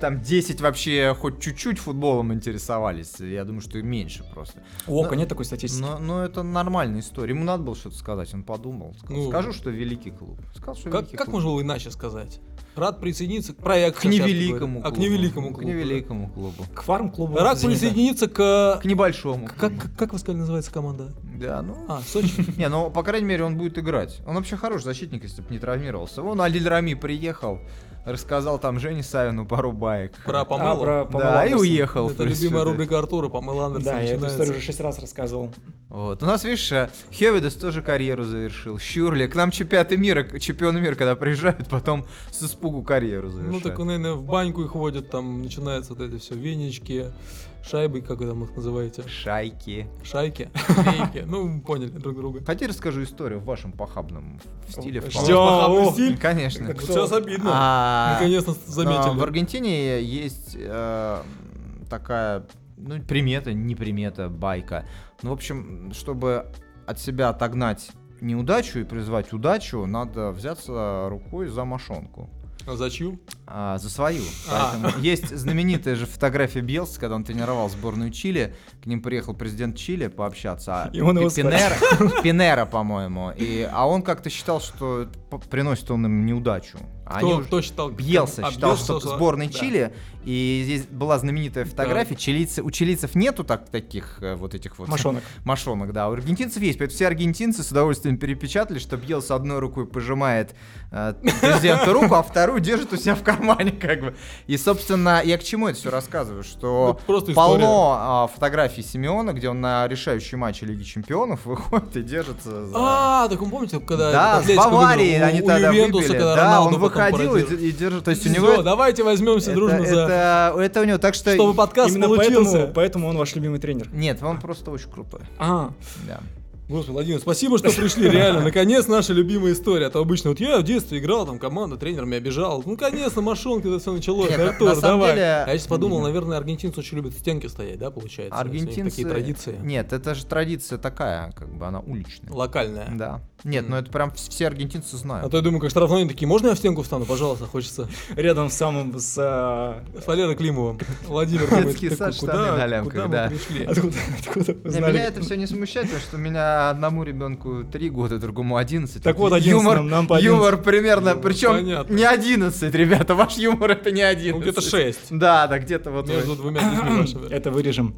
[SPEAKER 3] там 10 вообще хоть чуть-чуть футболом интересовались. Я думаю, что и меньше просто.
[SPEAKER 1] О,
[SPEAKER 3] Ну,
[SPEAKER 1] нет такой статистики.
[SPEAKER 3] но, но это нормальная история. Ему надо было что-то сказать, он подумал. сказал,
[SPEAKER 2] Ну.
[SPEAKER 3] Скажу, что великий клуб. Сказал, что
[SPEAKER 2] Как,
[SPEAKER 3] великий
[SPEAKER 2] как
[SPEAKER 3] клуб.
[SPEAKER 2] можно было иначе сказать? Рад присоединиться к проекту.
[SPEAKER 3] К
[SPEAKER 2] сейчас я говорю.
[SPEAKER 3] невеликому
[SPEAKER 2] А,
[SPEAKER 3] клубу.
[SPEAKER 2] к невеликому
[SPEAKER 3] К
[SPEAKER 2] клубу.
[SPEAKER 3] невеликому клубу.
[SPEAKER 1] К фарм-клубу.
[SPEAKER 2] Рад
[SPEAKER 1] «Зенита».
[SPEAKER 2] присоединиться к...
[SPEAKER 3] К небольшому.
[SPEAKER 2] Как,
[SPEAKER 3] клубу.
[SPEAKER 2] как вы сказали, называется команда?
[SPEAKER 3] Да, ну.
[SPEAKER 2] А,
[SPEAKER 3] (laughs)
[SPEAKER 2] Сочи.
[SPEAKER 3] Не, ну, по крайней мере, он будет играть. Он вообще хороший защитник, если бы не травмировался. Вон Алиль Рами приехал, рассказал там Жене Савину пару баек.
[SPEAKER 2] Про
[SPEAKER 1] А,
[SPEAKER 2] помыло.
[SPEAKER 1] про
[SPEAKER 3] Да, и
[SPEAKER 1] Памелу.
[SPEAKER 3] уехал. в
[SPEAKER 2] Это
[SPEAKER 3] принципе,
[SPEAKER 2] любимая
[SPEAKER 3] да.
[SPEAKER 2] рубрика Артура, помыл Андерсон
[SPEAKER 1] Да, я эту историю уже
[SPEAKER 2] начинается.
[SPEAKER 1] шесть раз рассказывал.
[SPEAKER 3] Вот. У нас, видишь, э, Хевидес тоже карьеру завершил. Щурли. К нам чемпионаты мира, чемпионы мира, когда приезжают, потом с испугу карьеру
[SPEAKER 2] Ну
[SPEAKER 3] завершают.
[SPEAKER 2] так, он, наверное, в баньку и ходит, там начинаются вот эти все венички, шайбы, как вы там их называете?
[SPEAKER 3] Шайки.
[SPEAKER 2] Шайки? Шейки. Ну, мы поняли друг друга.
[SPEAKER 3] Хотите, расскажу историю в вашем похабном стиле?
[SPEAKER 1] Ждем.
[SPEAKER 3] вполне.
[SPEAKER 1] О,
[SPEAKER 2] стиль.
[SPEAKER 3] Конечно.
[SPEAKER 1] Как
[SPEAKER 2] Вот Сейчас
[SPEAKER 1] кто?
[SPEAKER 2] обидно.
[SPEAKER 3] Ну, А,
[SPEAKER 2] Наконец-то
[SPEAKER 3] но В
[SPEAKER 2] заметили.
[SPEAKER 3] Аргентине есть э, такая, ну, примета, не примета, байка. Ну, в общем, чтобы от себя отогнать неудачу и призвать удачу, надо взяться рукой за мошонку.
[SPEAKER 2] А За чью?
[SPEAKER 3] А, за свою.
[SPEAKER 2] А.
[SPEAKER 3] Поэтому есть знаменитая же фотография Бьелса, когда он тренировал сборную Чили. К ним приехал президент Чили пообщаться. А
[SPEAKER 1] И он его
[SPEAKER 3] Пи- Пинера, (laughs) Пинера, по-моему. И, а он как-то считал, что п- приносит он им неудачу. А они
[SPEAKER 2] Кто,
[SPEAKER 3] уже-
[SPEAKER 2] кто считал?
[SPEAKER 3] Бьелса
[SPEAKER 2] А,
[SPEAKER 3] считал,
[SPEAKER 2] Бьелса
[SPEAKER 3] что
[SPEAKER 2] считал-
[SPEAKER 3] сборной
[SPEAKER 2] да.
[SPEAKER 3] Чили, и здесь была знаменитая фотография, чилийцы- у чилийцев нету так, таких э, вот этих вот
[SPEAKER 1] Мошонок.
[SPEAKER 3] мошонок, да, у аргентинцев есть, поэтому все аргентинцы с удовольствием перепечатали, что Бьелс одной рукой пожимает э, президенту руку, а вторую держит у себя в кармане, как бы. И, собственно, я к чему это все рассказываю,
[SPEAKER 2] Ну,
[SPEAKER 3] что
[SPEAKER 2] Просто история.
[SPEAKER 3] полно э, фотографий Симеона, где он на решающий матче Лиги Чемпионов выходит и держится за...
[SPEAKER 2] А, так он помните, когда
[SPEAKER 3] Да, с
[SPEAKER 2] Атлетико
[SPEAKER 3] Баварией
[SPEAKER 2] выиграл у-
[SPEAKER 3] они
[SPEAKER 2] у
[SPEAKER 3] тогда
[SPEAKER 2] Ювентуса,
[SPEAKER 3] выпили.
[SPEAKER 2] когда
[SPEAKER 3] Да,
[SPEAKER 2] Роналду
[SPEAKER 3] он
[SPEAKER 2] потом
[SPEAKER 3] выходил и,
[SPEAKER 2] поразил.
[SPEAKER 3] и держит. То есть у
[SPEAKER 2] Всё,
[SPEAKER 3] него
[SPEAKER 2] давайте возьмемся
[SPEAKER 3] это,
[SPEAKER 2] дружно за...
[SPEAKER 3] это, это у него так что.
[SPEAKER 2] Чтобы подкаст
[SPEAKER 1] Именно
[SPEAKER 2] получился.
[SPEAKER 1] поэтому, поэтому он ваш любимый тренер.
[SPEAKER 3] Нет, он просто очень крутой.
[SPEAKER 1] А,
[SPEAKER 3] Да.
[SPEAKER 2] Господи, Владимир, спасибо, что пришли,
[SPEAKER 3] (laughs)
[SPEAKER 2] реально. Наконец, наша любимая история. А то обычно вот я в детстве играл, там команда, тренер меня обижал. Ну, конечно, мошонка, это все началось.
[SPEAKER 3] Нет, на-
[SPEAKER 2] Артур,
[SPEAKER 3] на самом
[SPEAKER 2] давай.
[SPEAKER 3] деле-
[SPEAKER 2] А я сейчас подумал, наверное, аргентинцы очень любят в стенке стоять, да, получается? Если у них
[SPEAKER 3] Аргентинцы.
[SPEAKER 2] Такие традиции.
[SPEAKER 3] Нет, это же традиция такая, как бы она уличная.
[SPEAKER 2] Локальная.
[SPEAKER 3] Да. Нет, ну это прям вс- все аргентинцы
[SPEAKER 2] А
[SPEAKER 3] знают.
[SPEAKER 2] то я думаю, как штрафной, они такие, можно я в стенку встану, пожалуйста, хочется.
[SPEAKER 1] рядом с самым с... а,
[SPEAKER 2] С Валерой Климовым. Владимир думает,
[SPEAKER 3] Детский
[SPEAKER 2] такой,
[SPEAKER 3] сад,
[SPEAKER 2] А куда-
[SPEAKER 3] штаны на лямках,
[SPEAKER 2] куда мы
[SPEAKER 3] да.
[SPEAKER 2] пришли?
[SPEAKER 1] Откуда, (laughs) откуда вы
[SPEAKER 3] Не,
[SPEAKER 1] знали?
[SPEAKER 3] меня это все не смущает, потому что у меня одному ребенку 3 года, другому 11.
[SPEAKER 1] Так вот, 11
[SPEAKER 3] юмор,
[SPEAKER 1] нам, нам по
[SPEAKER 3] юмор примерно,
[SPEAKER 2] Ну,
[SPEAKER 3] причем
[SPEAKER 2] понятно.
[SPEAKER 3] не 11, ребята, ваш юмор это не
[SPEAKER 2] Ну,
[SPEAKER 3] 11.
[SPEAKER 2] где-то 6.
[SPEAKER 3] Да, да, где-то вот.
[SPEAKER 2] Между двумя людьми
[SPEAKER 1] 11. (clears throat)
[SPEAKER 2] вашими.
[SPEAKER 1] Это вырежем.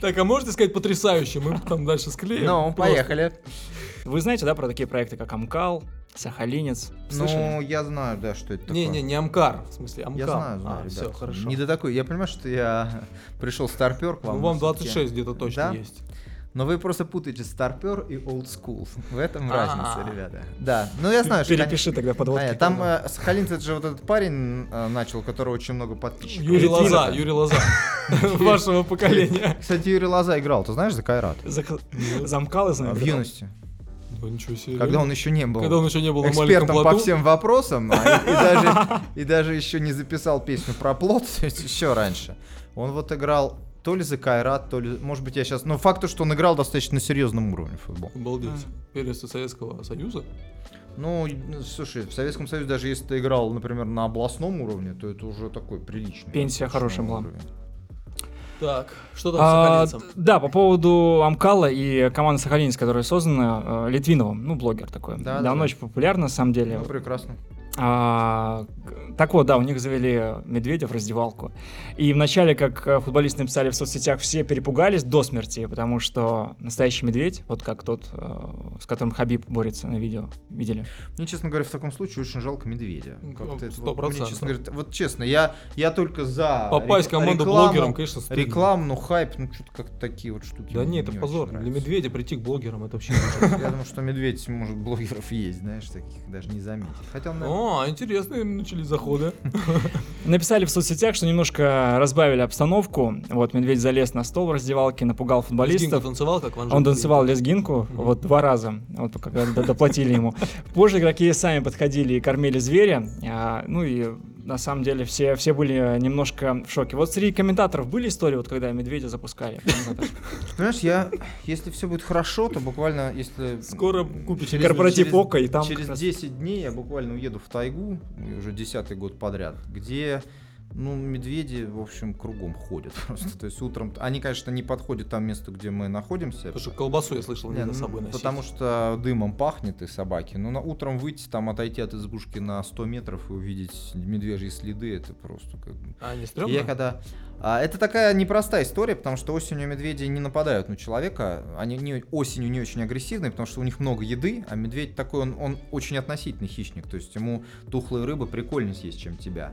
[SPEAKER 2] Так, а можете сказать потрясающе? Мы там дальше склеим.
[SPEAKER 3] Ну,
[SPEAKER 2] Просто.
[SPEAKER 3] поехали.
[SPEAKER 1] Вы знаете, да, про такие проекты, как Амкал, Сахалинец? Слышали?
[SPEAKER 3] Ну, я знаю, да, что это такое.
[SPEAKER 2] Не, не, не Амкар, в смысле, Амкар.
[SPEAKER 3] Я знаю, знаю,
[SPEAKER 2] а,
[SPEAKER 3] ребят.
[SPEAKER 2] все, хорошо.
[SPEAKER 3] Не до такой. Я понимаю, что я (laughs) пришел старпер к
[SPEAKER 2] Ну,
[SPEAKER 3] вам.
[SPEAKER 2] вам
[SPEAKER 3] но всё-таки-
[SPEAKER 2] 26 где-то точно
[SPEAKER 3] Да?
[SPEAKER 2] есть.
[SPEAKER 3] Но вы просто путаете старпер и old school. В этом
[SPEAKER 2] А.
[SPEAKER 3] разница, ребята. Да. Ну я знаю, что.
[SPEAKER 1] Перепиши тогда
[SPEAKER 3] кон-
[SPEAKER 1] подводки.
[SPEAKER 3] Понятно. Там э, Сахалинцы, это же вот этот парень э, начал, у которого очень много подписчиков.
[SPEAKER 2] Юрий
[SPEAKER 1] Литвинов.
[SPEAKER 2] Лоза, Юрий Лоза.
[SPEAKER 3] э,
[SPEAKER 1] (laughs)
[SPEAKER 2] Вашего поколения.
[SPEAKER 3] Кстати, Юрий Лоза играл, ты знаешь, за Кайрат?
[SPEAKER 1] За, (laughs) за Амкалы знаете?
[SPEAKER 3] В
[SPEAKER 1] да?
[SPEAKER 3] юности.
[SPEAKER 2] Да ничего себе.
[SPEAKER 3] Когда он еще не был.
[SPEAKER 2] Когда он еще не был на маленьком
[SPEAKER 3] экспертом по
[SPEAKER 2] плоту.
[SPEAKER 3] всем вопросам, а и,
[SPEAKER 2] (laughs)
[SPEAKER 3] и даже, и даже еще не записал песню про плод, (laughs) то есть еще раньше. Он вот играл то ли за Кайрат, то ли, может быть, я сейчас... Но факт то, что он играл достаточно на серьезном уровне в футбол.
[SPEAKER 2] Обалдеть. Первенство Советского Союза.
[SPEAKER 3] Ну, и, ну, слушай, в Советском Союзе даже если ты играл, например, на областном уровне, то это уже такой приличный.
[SPEAKER 1] Пенсия
[SPEAKER 3] достаточно
[SPEAKER 1] хорошая была.
[SPEAKER 3] уровень.
[SPEAKER 2] Так, что там
[SPEAKER 1] А,
[SPEAKER 2] с
[SPEAKER 1] д- да, по поводу Амкала и команды Сахалинец, которая создана э, Литвиновым, ну, блогер такой.
[SPEAKER 3] Да, да,
[SPEAKER 1] Давно
[SPEAKER 3] да.
[SPEAKER 1] очень популярна, на самом деле.
[SPEAKER 3] Ну, прекрасно.
[SPEAKER 1] А, к- так вот, да, у них завели медведя в раздевалку. И вначале, как э, футболисты написали в соцсетях, все перепугались до смерти, потому что настоящий медведь, вот как тот, э, с которым Хабиб борется на видео, видели?
[SPEAKER 3] Мне, честно говоря, в таком случае очень жалко медведя.
[SPEAKER 2] Ну,
[SPEAKER 3] Как-то это вот-
[SPEAKER 2] сто
[SPEAKER 3] мне,
[SPEAKER 2] процентов.
[SPEAKER 3] честно говоря, вот честно, я, я только за
[SPEAKER 2] Попасть в
[SPEAKER 3] рек-
[SPEAKER 2] команду
[SPEAKER 3] рекламу,
[SPEAKER 2] блогером, конечно, стыдно.
[SPEAKER 3] Рекламу, хайп, ну что-то как-то такие вот штуки.
[SPEAKER 2] Да
[SPEAKER 3] мне
[SPEAKER 2] нет, это
[SPEAKER 3] не
[SPEAKER 2] позор.
[SPEAKER 3] очень
[SPEAKER 2] Для
[SPEAKER 3] нравятся.
[SPEAKER 2] медведя прийти к блогерам, это вообще
[SPEAKER 3] (laughs)
[SPEAKER 2] не
[SPEAKER 3] Я думаю, что медведь, может, блогеров есть, знаешь, таких даже не заметить. Хотя он, наверное,
[SPEAKER 2] О, интересные начались заходы.
[SPEAKER 1] Написали в соцсетях, что немножко разбавили обстановку. Вот медведь залез на стол в раздевалке, напугал
[SPEAKER 2] Лизгинка
[SPEAKER 1] футболистов.
[SPEAKER 2] танцевал, как Ван
[SPEAKER 1] Он
[SPEAKER 2] Жонг.
[SPEAKER 1] танцевал лезгинку
[SPEAKER 2] Мгм.
[SPEAKER 1] вот два раза, вот когда д- доплатили ему. Позже игроки сами подходили и кормили зверя, а, ну и на самом деле все, все были немножко в шоке. Вот среди комментаторов были истории, вот когда медведя запускали?
[SPEAKER 3] понимаешь, я, если все будет хорошо, то буквально, если...
[SPEAKER 2] Скоро купите
[SPEAKER 3] Через-
[SPEAKER 1] Корпоратив
[SPEAKER 3] через-
[SPEAKER 1] Ока, и там как
[SPEAKER 3] Через
[SPEAKER 1] раз-
[SPEAKER 3] 10 дней я буквально уеду в тайгу, и уже десятый год подряд, где Ну, медведи, в общем, кругом ходят (laughs) просто. То есть утром... Они, конечно, не подходят там месту, где мы находимся.
[SPEAKER 2] Потому что колбасу я слышал, не
[SPEAKER 3] Не,
[SPEAKER 2] за
[SPEAKER 3] ну,
[SPEAKER 2] собой носить.
[SPEAKER 3] потому что дымом пахнет и собаки. Но на утром выйти, там отойти от избушки на 100 метров и увидеть медвежьи следы, это просто как бы...
[SPEAKER 2] А, не
[SPEAKER 3] И
[SPEAKER 2] стрёмно?
[SPEAKER 3] Я когда... а, это такая непростая история, потому что осенью медведи не нападают на человека. Они не, осенью не очень агрессивны, потому что у них много еды, а медведь такой, он, он очень относительный хищник. То есть ему тухлые рыбы прикольнее съесть, чем тебя.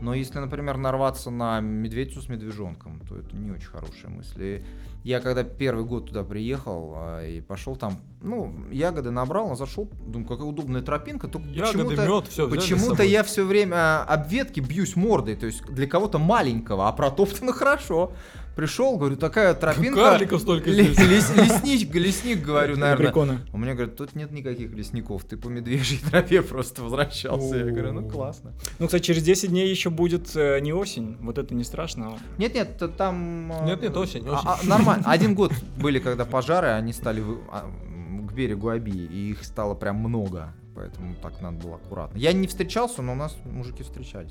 [SPEAKER 3] Но если, например, нарваться на медведицу с медвежонком, то это не очень хорошая мысль. И я когда первый год туда приехал а, и пошел там, ну, ягоды набрал, но зашел, думаю, какая удобная тропинка, только
[SPEAKER 2] Ягоды,
[SPEAKER 3] почему-то...
[SPEAKER 2] мед, все.
[SPEAKER 3] Почему-то я все время об ветки бьюсь мордой, то есть для кого-то маленького, а протоптано хорошо. Пришел, говорю, такая тропинка.
[SPEAKER 2] Карликов столько
[SPEAKER 3] Ле-
[SPEAKER 2] здесь.
[SPEAKER 3] лес- Лесничек, лесник, говорю, наверное.
[SPEAKER 1] Прикольно.
[SPEAKER 3] У меня говорят, тут нет никаких лесников, ты по медвежьей тропе просто возвращался. Я говорю, ну
[SPEAKER 1] О.
[SPEAKER 3] классно.
[SPEAKER 1] Ну, кстати, через 10 дней еще будет э, не осень. Вот это не страшно.
[SPEAKER 3] Нет-нет, то там... э,
[SPEAKER 2] Нет-нет, осень,
[SPEAKER 3] а-
[SPEAKER 2] осень.
[SPEAKER 3] а, Нормально. Один год были, когда пожары, они стали вы- а, м, к берегу Аби, и их стало прям много. Поэтому так надо было аккуратно. Я не встречался, но у нас мужики встречались.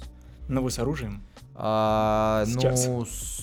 [SPEAKER 1] Но вы с оружием.
[SPEAKER 3] А,
[SPEAKER 1] Сейчас.
[SPEAKER 3] Ну, с-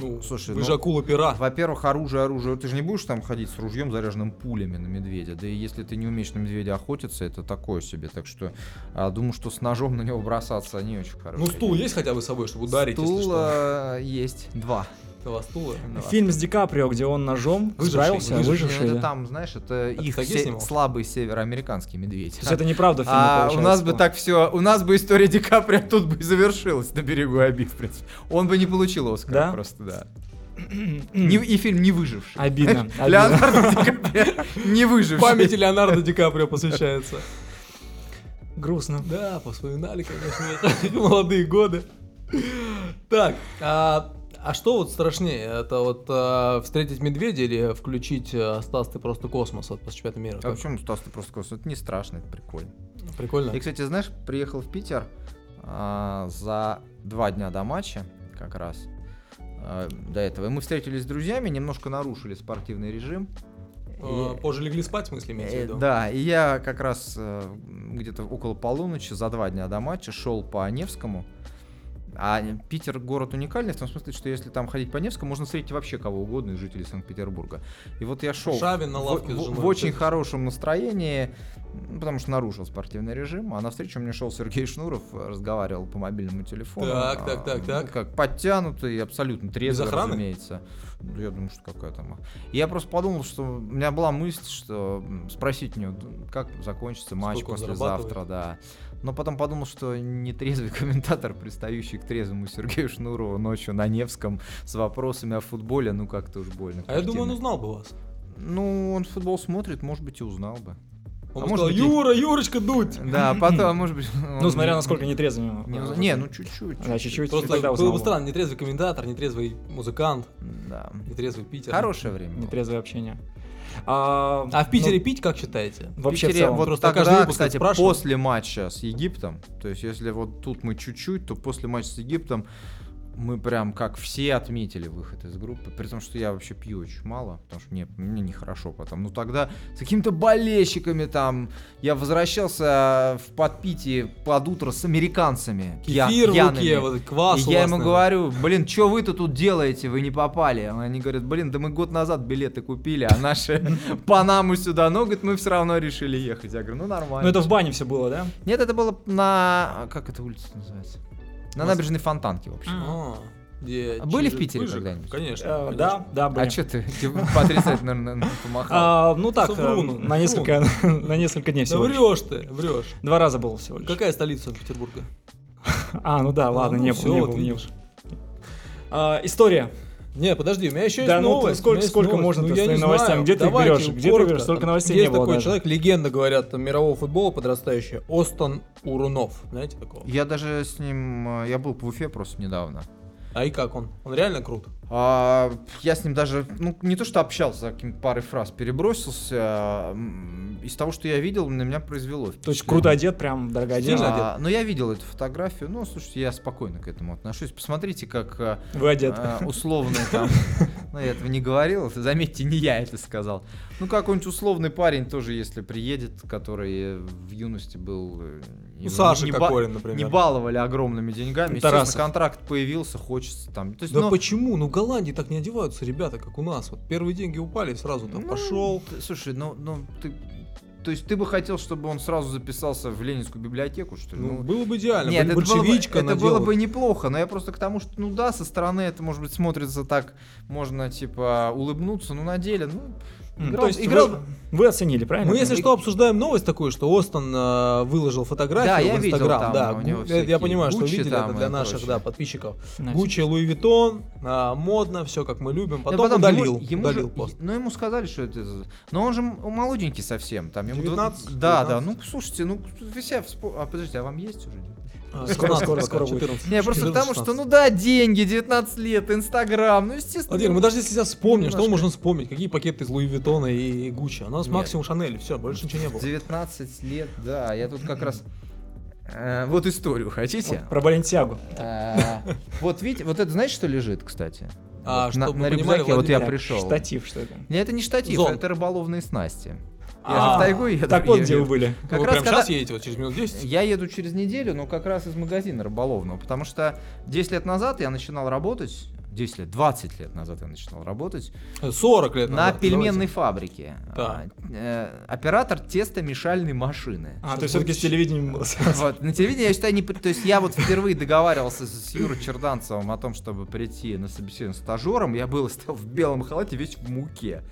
[SPEAKER 2] Ну,
[SPEAKER 3] слушай,
[SPEAKER 2] Вы
[SPEAKER 3] ну,
[SPEAKER 2] же акула-пера.
[SPEAKER 3] во-первых, оружие, оружие. Ты же не будешь там ходить с ружьем, заряженным пулями на медведя. Да и если ты не умеешь на медведя охотиться, это такое себе. Так что а, думаю, что с ножом на него бросаться не очень хорошо.
[SPEAKER 2] Ну, стул есть хотя бы с собой, чтобы ударить,
[SPEAKER 3] Стул
[SPEAKER 2] если что?
[SPEAKER 3] э, есть. Два.
[SPEAKER 2] Два стула.
[SPEAKER 3] Ну, ладно.
[SPEAKER 1] Фильм с Ди Каприо, где он ножом
[SPEAKER 2] Выживший,
[SPEAKER 1] справился,
[SPEAKER 2] А выживший.
[SPEAKER 3] Ну,
[SPEAKER 1] выживший.
[SPEAKER 3] это
[SPEAKER 1] да.
[SPEAKER 3] там, знаешь, это
[SPEAKER 2] ты
[SPEAKER 3] их
[SPEAKER 2] такие
[SPEAKER 3] се-
[SPEAKER 2] снимал?
[SPEAKER 3] слабый североамериканский медведь.
[SPEAKER 1] То есть это неправда в фильме,
[SPEAKER 3] А, у
[SPEAKER 1] получается,
[SPEAKER 3] нас бы
[SPEAKER 1] было.
[SPEAKER 3] так все, у нас бы история Ди Каприо тут бы и завершилась на берегу Аби, в принципе. Он бы не получил Оскар
[SPEAKER 1] Да?
[SPEAKER 3] просто, да.
[SPEAKER 1] (clears throat)
[SPEAKER 3] Не- и фильм «Не выживший».
[SPEAKER 1] Обидно, обидно. (laughs)
[SPEAKER 3] Леонардо Ди Каприо «Не выживший». (laughs)
[SPEAKER 2] Памяти Леонардо Ди Каприо посвящается.
[SPEAKER 1] Грустно.
[SPEAKER 2] Да, вспоминали, конечно, эти молодые годы. Так, а, а что вот страшнее? Это вот а, встретить медведя или включить а, Стас, ты просто космос от после чемпионата мира?
[SPEAKER 3] А
[SPEAKER 2] Как?
[SPEAKER 3] почему, Стас, ты просто сказал, это не страшно, это прикольно.
[SPEAKER 2] Прикольно.
[SPEAKER 3] Я, кстати, знаешь, приехал в Питер а, за два дня до матча, как раз а, до этого. И мы встретились с друзьями, немножко нарушили спортивный режим.
[SPEAKER 2] А, Позже легли спать, в смысле, имеется в
[SPEAKER 3] Э,
[SPEAKER 2] виду?
[SPEAKER 3] Да, и я как раз э, где-то около полуночи за два дня до матча шел по Невскому. А Питер город уникальный в том смысле, что если там ходить по Невскому, можно встретить вообще кого угодно из жителей Санкт-Петербурга. И вот я шел
[SPEAKER 2] Шавин на
[SPEAKER 3] в-
[SPEAKER 2] лавке с
[SPEAKER 3] в,
[SPEAKER 2] женой,
[SPEAKER 3] в
[SPEAKER 2] вот
[SPEAKER 3] очень
[SPEAKER 2] это.
[SPEAKER 3] хорошем настроении, м, потому что нарушил спортивный режим. А навстречу мне шел Сергей Шнуров, э, разговаривал по мобильному телефону.
[SPEAKER 2] Так,
[SPEAKER 3] а,
[SPEAKER 2] так, так,
[SPEAKER 3] ну,
[SPEAKER 2] так.
[SPEAKER 3] Как подтянутый, абсолютно трезвый,
[SPEAKER 2] охраны?
[SPEAKER 3] разумеется. Ну, Я думаю, что какая там я просто подумал, что у меня была мысль, что м, спросить у него, д- как закончится матч
[SPEAKER 2] Сколько он
[SPEAKER 3] послезавтра, да. Но потом подумал, что нетрезвый комментатор, пристающий к трезвому Сергею Шнурову ночью на Невском с вопросами о футболе, ну как-то уж больно.
[SPEAKER 2] А я думаю, он
[SPEAKER 3] картина.
[SPEAKER 2] узнал бы вас.
[SPEAKER 3] Ну, он футбол смотрит, может быть, и узнал бы.
[SPEAKER 2] Он
[SPEAKER 3] А
[SPEAKER 2] бы сказал,
[SPEAKER 3] может быть, и-
[SPEAKER 2] Юра, Юрочка, дуть!
[SPEAKER 3] (laughs) Да, потом, может быть...
[SPEAKER 1] Ну, смотря насколько нетрезвым.
[SPEAKER 3] Не,
[SPEAKER 1] он-
[SPEAKER 3] ну, не, ну чуть-чуть.
[SPEAKER 1] Да, чуть-чуть.
[SPEAKER 2] Просто
[SPEAKER 1] тогда
[SPEAKER 2] было
[SPEAKER 1] узнал
[SPEAKER 2] бы
[SPEAKER 1] бы.
[SPEAKER 2] странно, нетрезвый комментатор, нетрезвый музыкант,
[SPEAKER 3] Да.
[SPEAKER 2] нетрезвый Питер.
[SPEAKER 3] Хорошее время. было.
[SPEAKER 1] Нетрезвое общение. А,
[SPEAKER 2] А в Питере
[SPEAKER 1] ну,
[SPEAKER 2] пить, как считаете?
[SPEAKER 1] вообще в
[SPEAKER 3] Питере
[SPEAKER 1] целом.
[SPEAKER 3] вот
[SPEAKER 2] Просто
[SPEAKER 3] тогда,
[SPEAKER 2] каждый выпуск
[SPEAKER 3] кстати,
[SPEAKER 2] это спрашиваю.
[SPEAKER 3] после матча с Египтом, то есть если вот тут мы чуть-чуть, то после матча с Египтом мы прям как все отметили выход из группы, при том, что я вообще пью очень мало, потому что мне, мне нехорошо потом. Ну тогда с какими-то болельщиками там, я возвращался в подпитии под утро с американцами. пья-
[SPEAKER 2] Кефир в
[SPEAKER 3] пьяными.
[SPEAKER 2] руке, вот, квас
[SPEAKER 3] И
[SPEAKER 2] у
[SPEAKER 3] я
[SPEAKER 2] вас, наверное.
[SPEAKER 3] ему говорю, блин, что вы-то тут делаете, вы не попали. Они говорят, блин, да мы год назад билеты купили, а наши (laughs) Панаму сюда, но, говорит, мы все равно решили ехать. Я говорю, ну
[SPEAKER 1] Ну,
[SPEAKER 3] нормально.
[SPEAKER 1] это в бане все было, да?
[SPEAKER 3] Нет, это было на... Как эта улица называется? На
[SPEAKER 2] Мост-
[SPEAKER 3] набережной Фонтанки вообще.
[SPEAKER 2] А, где
[SPEAKER 3] А были в
[SPEAKER 2] через
[SPEAKER 3] Питере
[SPEAKER 2] Пыжик?
[SPEAKER 3] когда-нибудь?
[SPEAKER 2] Конечно.
[SPEAKER 1] Э,
[SPEAKER 2] конечно.
[SPEAKER 1] Да, да, были.
[SPEAKER 3] А что ты (laughs) потрясательно наверное, помахал?
[SPEAKER 1] А, ну так, э,
[SPEAKER 2] Соврун,
[SPEAKER 1] на несколько, (laughs) на несколько дней
[SPEAKER 2] Да
[SPEAKER 1] всего лишь.
[SPEAKER 2] врешь ты, врешь.
[SPEAKER 1] Два раза было всего лишь.
[SPEAKER 2] Какая столица Петербурга?
[SPEAKER 1] А, ну да, ладно,
[SPEAKER 2] ну
[SPEAKER 1] не
[SPEAKER 2] всё,
[SPEAKER 1] было, не
[SPEAKER 2] вот
[SPEAKER 1] было, не было.
[SPEAKER 2] видишь.
[SPEAKER 1] А, история.
[SPEAKER 2] Не, подожди, у меня еще
[SPEAKER 1] Да
[SPEAKER 2] есть
[SPEAKER 1] ну ты
[SPEAKER 2] новость.
[SPEAKER 1] сколько-
[SPEAKER 2] у меня есть
[SPEAKER 1] сколько
[SPEAKER 2] новость.
[SPEAKER 1] можно
[SPEAKER 2] Ну,
[SPEAKER 1] ты
[SPEAKER 2] я
[SPEAKER 1] своим
[SPEAKER 2] не
[SPEAKER 1] новостям?
[SPEAKER 2] знаю.
[SPEAKER 1] Где ты их
[SPEAKER 2] Давайте
[SPEAKER 1] берешь? Где ты
[SPEAKER 2] коротко.
[SPEAKER 1] берешь? Столько
[SPEAKER 2] Там
[SPEAKER 1] новостей
[SPEAKER 2] Есть
[SPEAKER 1] не было
[SPEAKER 2] такой
[SPEAKER 1] даже.
[SPEAKER 2] человек, легенда, говорят, там, мирового футбола подрастающая. Остон Урунов. Знаете такого?
[SPEAKER 3] Я даже с ним... э, Я был в Уфе просто недавно.
[SPEAKER 2] А и как он? Он реально крут.
[SPEAKER 3] А, я с ним даже, ну, не то что общался, а каким-то парой фраз перебросился. а, м, Из того, что я видел, на меня произвело
[SPEAKER 1] То есть
[SPEAKER 3] впечатление.
[SPEAKER 1] круто одет, прям дорогая
[SPEAKER 2] Стильно
[SPEAKER 1] одежда.
[SPEAKER 3] А, но я видел эту фотографию. Ну, слушайте, я спокойно к этому отношусь. Посмотрите, как а,
[SPEAKER 1] Вы одет.
[SPEAKER 3] а, условный там... Ну, я этого не говорил. это, Заметьте, не я это сказал. Ну, какой-нибудь условный парень тоже, если приедет, который в юности был э,
[SPEAKER 2] Ну, Саша
[SPEAKER 3] не ба-
[SPEAKER 2] Кокорин,
[SPEAKER 3] не
[SPEAKER 2] например.
[SPEAKER 3] баловали огромными деньгами.
[SPEAKER 1] Тарасов.
[SPEAKER 3] Естественно, контракт появился, хочется там. То есть,
[SPEAKER 2] Да
[SPEAKER 3] ну,
[SPEAKER 2] почему? Ну в Голландии так не одеваются ребята, как у нас. Вот первые деньги упали, сразу там
[SPEAKER 3] ну,
[SPEAKER 2] пошел.
[SPEAKER 3] ты- Слушай, ну, ну ты. То есть ты бы хотел, чтобы он сразу записался в Ленинскую библиотеку, что ли?
[SPEAKER 2] Ну,
[SPEAKER 3] Ну,
[SPEAKER 2] было бы идеально.
[SPEAKER 3] Нет,
[SPEAKER 2] блин,
[SPEAKER 3] это было, бы,
[SPEAKER 2] большевичка
[SPEAKER 3] это было
[SPEAKER 2] надела.
[SPEAKER 3] бы неплохо, но я просто к тому, что, ну да, со стороны это, может быть, смотрится так, можно, типа, улыбнуться, но на деле, ну,
[SPEAKER 1] М,
[SPEAKER 3] играл-
[SPEAKER 1] то есть
[SPEAKER 3] играл
[SPEAKER 1] вы,
[SPEAKER 3] бы.
[SPEAKER 1] вы оценили, правильно?
[SPEAKER 2] Мы, если что, обсуждаем новость такую, что Остон э, выложил фотографию
[SPEAKER 3] Да,
[SPEAKER 2] в
[SPEAKER 3] я видел
[SPEAKER 2] Инстаграм.
[SPEAKER 3] там,
[SPEAKER 2] да,
[SPEAKER 3] у него
[SPEAKER 2] Гу- э,
[SPEAKER 3] всякие
[SPEAKER 2] я понимаю, что
[SPEAKER 3] Гуччи
[SPEAKER 2] видели
[SPEAKER 3] там
[SPEAKER 2] это
[SPEAKER 3] и
[SPEAKER 2] для наших
[SPEAKER 3] прочее.
[SPEAKER 2] да, подписчиков.
[SPEAKER 1] Значит,
[SPEAKER 2] Гуччи, Луи Виттон, а, модно, все как мы любим. Потом, удалил,
[SPEAKER 3] ему- ему
[SPEAKER 2] удалил
[SPEAKER 3] же-
[SPEAKER 2] пост.
[SPEAKER 3] е- Ну, ему сказали, что это... за- Но он же м- молоденький совсем. Там ему
[SPEAKER 2] 19,
[SPEAKER 3] Да, да.
[SPEAKER 2] 19.
[SPEAKER 3] Ну, слушайте, ну, вы себя вспо- А, подождите, а вам есть уже?
[SPEAKER 2] А,
[SPEAKER 1] Скоро,
[SPEAKER 2] 16
[SPEAKER 1] скоро,
[SPEAKER 2] пока,
[SPEAKER 1] скоро будет.
[SPEAKER 2] 14,
[SPEAKER 3] Не, просто
[SPEAKER 2] 14,
[SPEAKER 3] потому что,
[SPEAKER 2] 16.
[SPEAKER 3] ну да, деньги, 19 лет, Инстаграм, ну, естественно.
[SPEAKER 2] Владимир, мы даже если сейчас вспомним, что
[SPEAKER 3] Немножко.
[SPEAKER 2] можно вспомнить, какие пакеты из Луи Виттона и, и Гуччи. У нас
[SPEAKER 3] Нет.
[SPEAKER 2] максимум Шанели, все, больше ничего не было.
[SPEAKER 3] 19 лет, да, я тут как раз... э, Вот историю хотите?
[SPEAKER 1] Про Баленсиагу.
[SPEAKER 3] Э, Вот видите, вот это знаешь, что лежит, кстати?
[SPEAKER 2] А,
[SPEAKER 3] Вот
[SPEAKER 2] чтоб
[SPEAKER 3] на-
[SPEAKER 2] вы
[SPEAKER 3] на
[SPEAKER 2] понимали,
[SPEAKER 3] рюкзаке вот я
[SPEAKER 2] Владимир,
[SPEAKER 3] пришел.
[SPEAKER 1] Штатив, что это?
[SPEAKER 3] Не, это не штатив,
[SPEAKER 2] Зонт.
[SPEAKER 3] это рыболовные снасти. Я же
[SPEAKER 2] А,
[SPEAKER 3] в тайгу еду.
[SPEAKER 1] Так вот,
[SPEAKER 3] я-
[SPEAKER 1] где вы были.
[SPEAKER 3] Как
[SPEAKER 2] вы
[SPEAKER 3] раз
[SPEAKER 2] прямо
[SPEAKER 3] когда-
[SPEAKER 2] сейчас едете, вот через минут 10?
[SPEAKER 3] Я еду через неделю, но как раз из магазина рыболовного, потому что 10 лет назад я начинал работать, 10 лет, 20 лет назад я начинал работать
[SPEAKER 2] 40 лет
[SPEAKER 3] на
[SPEAKER 2] назад,
[SPEAKER 3] пельменной фабрике.
[SPEAKER 2] Так.
[SPEAKER 3] А, э, Оператор тестомешальной машины.
[SPEAKER 1] А, ты все-таки с телевидением был.
[SPEAKER 3] Вот, на телевидении, я считаю, не... при- То есть я вот впервые договаривался с, с Юрой Черданцевым о том, чтобы прийти на собеседование стажером. Я был стоял в белом халате, весь в муке.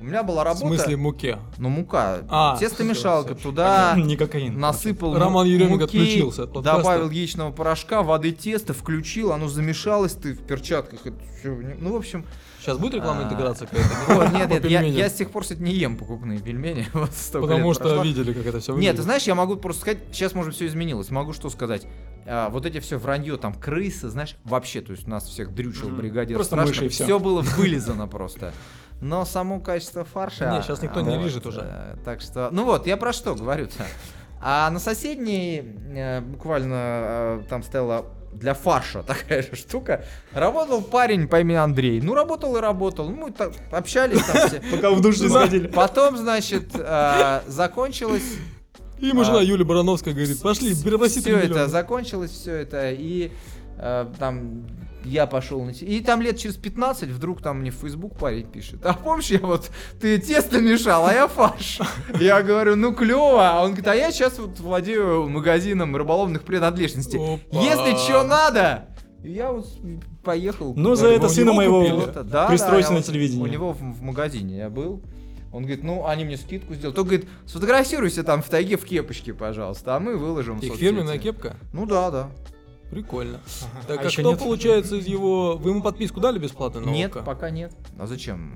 [SPEAKER 3] У меня была
[SPEAKER 2] давайте.
[SPEAKER 3] работа...
[SPEAKER 2] В смысле муке?
[SPEAKER 3] Ну, мука.
[SPEAKER 2] А,
[SPEAKER 3] Тестомешалка
[SPEAKER 2] всё, всё,
[SPEAKER 3] туда...
[SPEAKER 1] (laughs) Не кокаин.
[SPEAKER 3] Насыпал
[SPEAKER 2] Роман
[SPEAKER 3] му-
[SPEAKER 2] Еременко
[SPEAKER 3] муки,
[SPEAKER 2] отключился от подкаста.
[SPEAKER 3] добавил яичного порошка, воды теста, включил, оно замешалось, ты в перчатках, это всё, не- ну в общем.
[SPEAKER 2] Сейчас будет рекламная
[SPEAKER 3] А.
[SPEAKER 2] интеграция
[SPEAKER 3] (laughs)
[SPEAKER 2] какая-то?
[SPEAKER 3] вот, нет,
[SPEAKER 2] По
[SPEAKER 3] нет, я,
[SPEAKER 2] пельменям.
[SPEAKER 3] я с тех пор, кстати, не ем покупные пельмени, (laughs) вот столько
[SPEAKER 2] Потому
[SPEAKER 3] лет
[SPEAKER 2] что
[SPEAKER 3] прошло.
[SPEAKER 2] видели, как это все выглядит.
[SPEAKER 3] Нет, ты знаешь, я могу просто сказать, сейчас, может, все изменилось. Могу что сказать? А, вот эти все вранье, там, крысы, знаешь, вообще, то есть нас всех дрючил
[SPEAKER 1] Мгм.
[SPEAKER 3] бригадир.
[SPEAKER 1] Просто
[SPEAKER 3] страшно,
[SPEAKER 1] мыши и всё.
[SPEAKER 3] Все было вылизано просто. Но само качество фарша...
[SPEAKER 2] Не, щас никто не лижет уже.
[SPEAKER 3] э, Так что, ну вот, я про что говорю-то. А на соседней э, буквально э, там стояла для фарша такая же штука. Работал парень по имени Андрей. Ну, работал и работал. Ну, мы так общались
[SPEAKER 1] (laughs)
[SPEAKER 3] там все.
[SPEAKER 1] Пока в душ не сходили.
[SPEAKER 3] Потом, значит, э, закончилась
[SPEAKER 2] И ему жена
[SPEAKER 3] А.
[SPEAKER 2] Юлия Барановская говорит, пошли, перепроси
[SPEAKER 3] все это закончилось, все это, и э, там я пошел на те- И там лет через 15 вдруг там мне в Facebook парень пишет. А помнишь, я вот, ты тесто мешал, а я фарш. (laughs) Я говорю, ну клево. А он говорит, а я сейчас вот владею магазином рыболовных принадлежностей.
[SPEAKER 2] Опа.
[SPEAKER 3] Если что надо, я вот поехал.
[SPEAKER 1] Ну, за
[SPEAKER 2] Говорю,
[SPEAKER 1] это
[SPEAKER 2] у
[SPEAKER 1] сына
[SPEAKER 2] него
[SPEAKER 1] моего
[SPEAKER 2] купили.
[SPEAKER 3] Вот, да,
[SPEAKER 1] пристроить
[SPEAKER 3] да, я
[SPEAKER 1] на
[SPEAKER 3] вот У
[SPEAKER 1] телевидении.
[SPEAKER 3] него в, в магазине я был. Он говорит, ну, они мне скидку сделали. Только говорит, сфотографируйся там в тайге в кепочке, пожалуйста, а мы
[SPEAKER 1] Ну,
[SPEAKER 3] выложим в
[SPEAKER 2] Их
[SPEAKER 3] соцсети».
[SPEAKER 2] фирменная кепка?
[SPEAKER 3] Ну да, да.
[SPEAKER 2] Прикольно.
[SPEAKER 1] А
[SPEAKER 2] Так а
[SPEAKER 1] ещё
[SPEAKER 2] что
[SPEAKER 1] нет?
[SPEAKER 2] получается из его... Вы ему подписку дали бесплатно? на
[SPEAKER 3] Нет,
[SPEAKER 2] ОК?
[SPEAKER 3] пока нет. А зачем?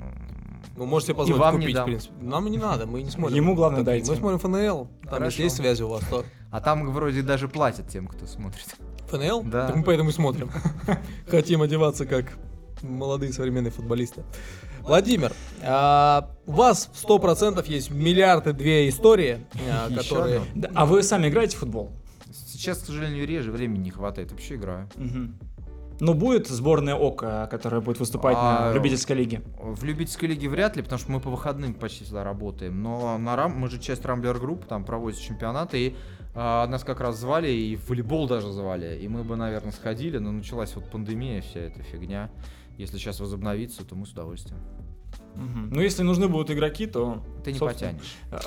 [SPEAKER 2] Ну, можете позволить
[SPEAKER 3] И вам не
[SPEAKER 2] купить, в
[SPEAKER 3] дам.
[SPEAKER 2] принципе. Нам и не надо, мы не смотрим.
[SPEAKER 1] Ему главное
[SPEAKER 2] Такие,
[SPEAKER 1] дайте.
[SPEAKER 2] Мы смотрим ФНЛ. Там
[SPEAKER 3] Хорошо.
[SPEAKER 2] если есть связи у вас, то...
[SPEAKER 3] А там вроде даже платят тем, кто смотрит.
[SPEAKER 2] ФНЛ?
[SPEAKER 3] Да.
[SPEAKER 2] Так мы поэтому и смотрим. (laughs) Хотим одеваться как молодые современные футболисты. Владимир, а, у вас сто процентов есть миллиарды две истории, а,
[SPEAKER 3] Ещё
[SPEAKER 2] которые...
[SPEAKER 3] одна.
[SPEAKER 1] Да, А вы сами играете в футбол?
[SPEAKER 3] Сейчас, к сожалению, реже времени не хватает. Вообще играю.
[SPEAKER 1] Мгм. Ну, будет сборная ОКО, которая будет выступать на
[SPEAKER 3] А,
[SPEAKER 1] любительской лиге?
[SPEAKER 3] В любительской лиге вряд ли, потому что мы по выходным почти всегда работаем. Но на рам... мы же часть Рамблер Групп, там проводятся чемпионаты, и а, нас как раз звали, и в волейбол даже звали. И мы бы, наверное, сходили, но началась вот пандемия, вся эта фигня. Если сейчас возобновится, то мы с удовольствием.
[SPEAKER 1] Мгм. Ну, если нужны будут игроки, то...
[SPEAKER 3] Ты не
[SPEAKER 1] собственно,
[SPEAKER 3] потянешь.
[SPEAKER 1] а,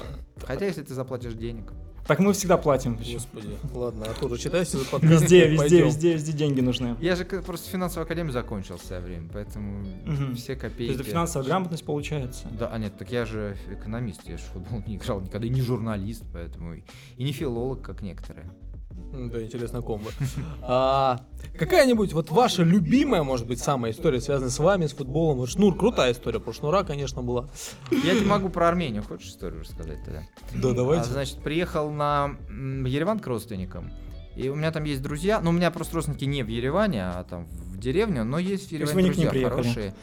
[SPEAKER 3] Хотя, если ты заплатишь денег.
[SPEAKER 1] Так мы всегда платим.
[SPEAKER 2] Господи. Ладно, Артур, читайся за подкаст.
[SPEAKER 3] (laughs)
[SPEAKER 1] Везде, везде,
[SPEAKER 2] пойдем.
[SPEAKER 1] везде, везде деньги нужны.
[SPEAKER 3] Я же к- просто финансовую академию закончил в свое время, поэтому
[SPEAKER 1] Мгм.
[SPEAKER 3] все
[SPEAKER 1] То
[SPEAKER 3] копейки...
[SPEAKER 1] есть это финансовая грамотность получается.
[SPEAKER 3] Да, а нет, так я же экономист, я же в футбол (laughs) не играл никогда, и не журналист, поэтому... и- И не филолог, как некоторые.
[SPEAKER 2] М, Да, интересно, комбо. А, какая-нибудь вот ваша любимая, может быть, самая история, связанная с вами, с футболом? Вот Шнур, крутая история про Шнура, конечно, была.
[SPEAKER 3] Я тебе могу про Армению, хочешь историю рассказать тогда?
[SPEAKER 2] Да,
[SPEAKER 3] А, значит, приехал на м, Ереван к родственникам. И у меня там есть друзья, но у меня просто родственники не в Ереване, а там в деревню, но есть
[SPEAKER 1] есть
[SPEAKER 3] в Ереване
[SPEAKER 1] вы не к ним
[SPEAKER 3] друзья
[SPEAKER 1] приехали?
[SPEAKER 3] хорошие.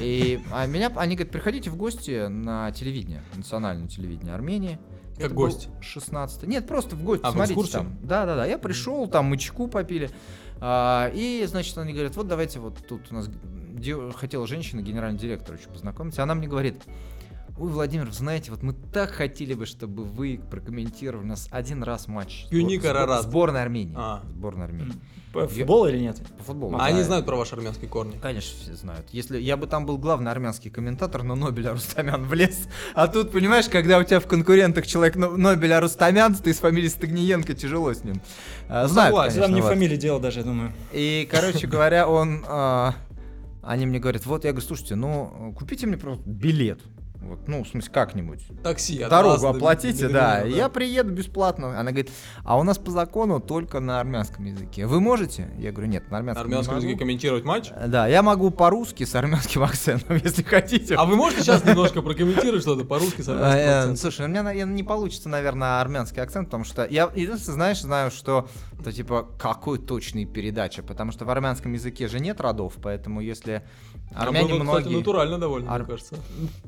[SPEAKER 3] И а меня, они говорят, приходите в гости на телевидение, национальное телевидение Армении.
[SPEAKER 2] Как
[SPEAKER 3] был
[SPEAKER 2] гость?
[SPEAKER 3] 16 Нет, просто в гости,
[SPEAKER 2] А, в
[SPEAKER 3] смотрите
[SPEAKER 2] экскурсию?
[SPEAKER 3] там. Да-да-да, я пришел, там мы чайку попили. А, и, значит, они говорят, вот давайте вот тут у нас дев- хотела женщина, генеральный директор, очень познакомиться. Она мне говорит, Ой, Владимир, знаете, вот мы так хотели бы, чтобы вы прокомментировали у нас один раз матч. сбор-
[SPEAKER 2] Юника
[SPEAKER 3] сбор-
[SPEAKER 2] Арарат.
[SPEAKER 3] Сборная Армении.
[SPEAKER 2] А.
[SPEAKER 3] Сборная Армении.
[SPEAKER 1] По футболу или нет?
[SPEAKER 3] По футболу.
[SPEAKER 2] А они знают про ваши армянские корни.
[SPEAKER 3] Конечно, все знают. Если я бы там был главный армянский комментатор, но Нобеля Рустамян (laughs) влез. А тут, понимаешь, когда у тебя в конкурентах человек Но- Нобеля Рустамян, ты с фамилией Стагниенко, тяжело с ним. А, знают,
[SPEAKER 2] Ну Согласен.
[SPEAKER 1] Там
[SPEAKER 3] конечно,
[SPEAKER 1] не
[SPEAKER 3] вас.
[SPEAKER 1] фамилия дело даже, я думаю.
[SPEAKER 2] (laughs)
[SPEAKER 3] И, короче говоря, он... а, Они мне говорят, вот, я говорю, слушайте, ну, купите мне просто билет. Вот, ну, в смысле, как-нибудь.
[SPEAKER 2] Такси. от вас
[SPEAKER 3] Дорогу
[SPEAKER 2] до-
[SPEAKER 3] оплатите,
[SPEAKER 2] до
[SPEAKER 3] да.
[SPEAKER 2] Берлина,
[SPEAKER 3] Я приеду бесплатно. Она говорит, а у нас по закону только на армянском языке. Вы можете? Я говорю, нет, на
[SPEAKER 2] На
[SPEAKER 3] армянском, не
[SPEAKER 2] армянском
[SPEAKER 3] могу».
[SPEAKER 2] языке комментировать матч.
[SPEAKER 3] Э, Да, я могу по-русски с армянским (laughs) акцентом, если хотите.
[SPEAKER 2] А вы можете сейчас немножко прокомментировать что-то по-русски с
[SPEAKER 3] А, э,
[SPEAKER 2] армянским акцентом?
[SPEAKER 3] Слушай, у меня наверное, не получится, наверное, армянский акцент, потому что я, единственное, знаешь, знаю, что это типа какой точной передача, потому что в армянском языке же нет родов, поэтому если армяне
[SPEAKER 2] А было, кстати,
[SPEAKER 3] многие...
[SPEAKER 2] натурально довольно,
[SPEAKER 3] Ар-
[SPEAKER 2] мне кажется.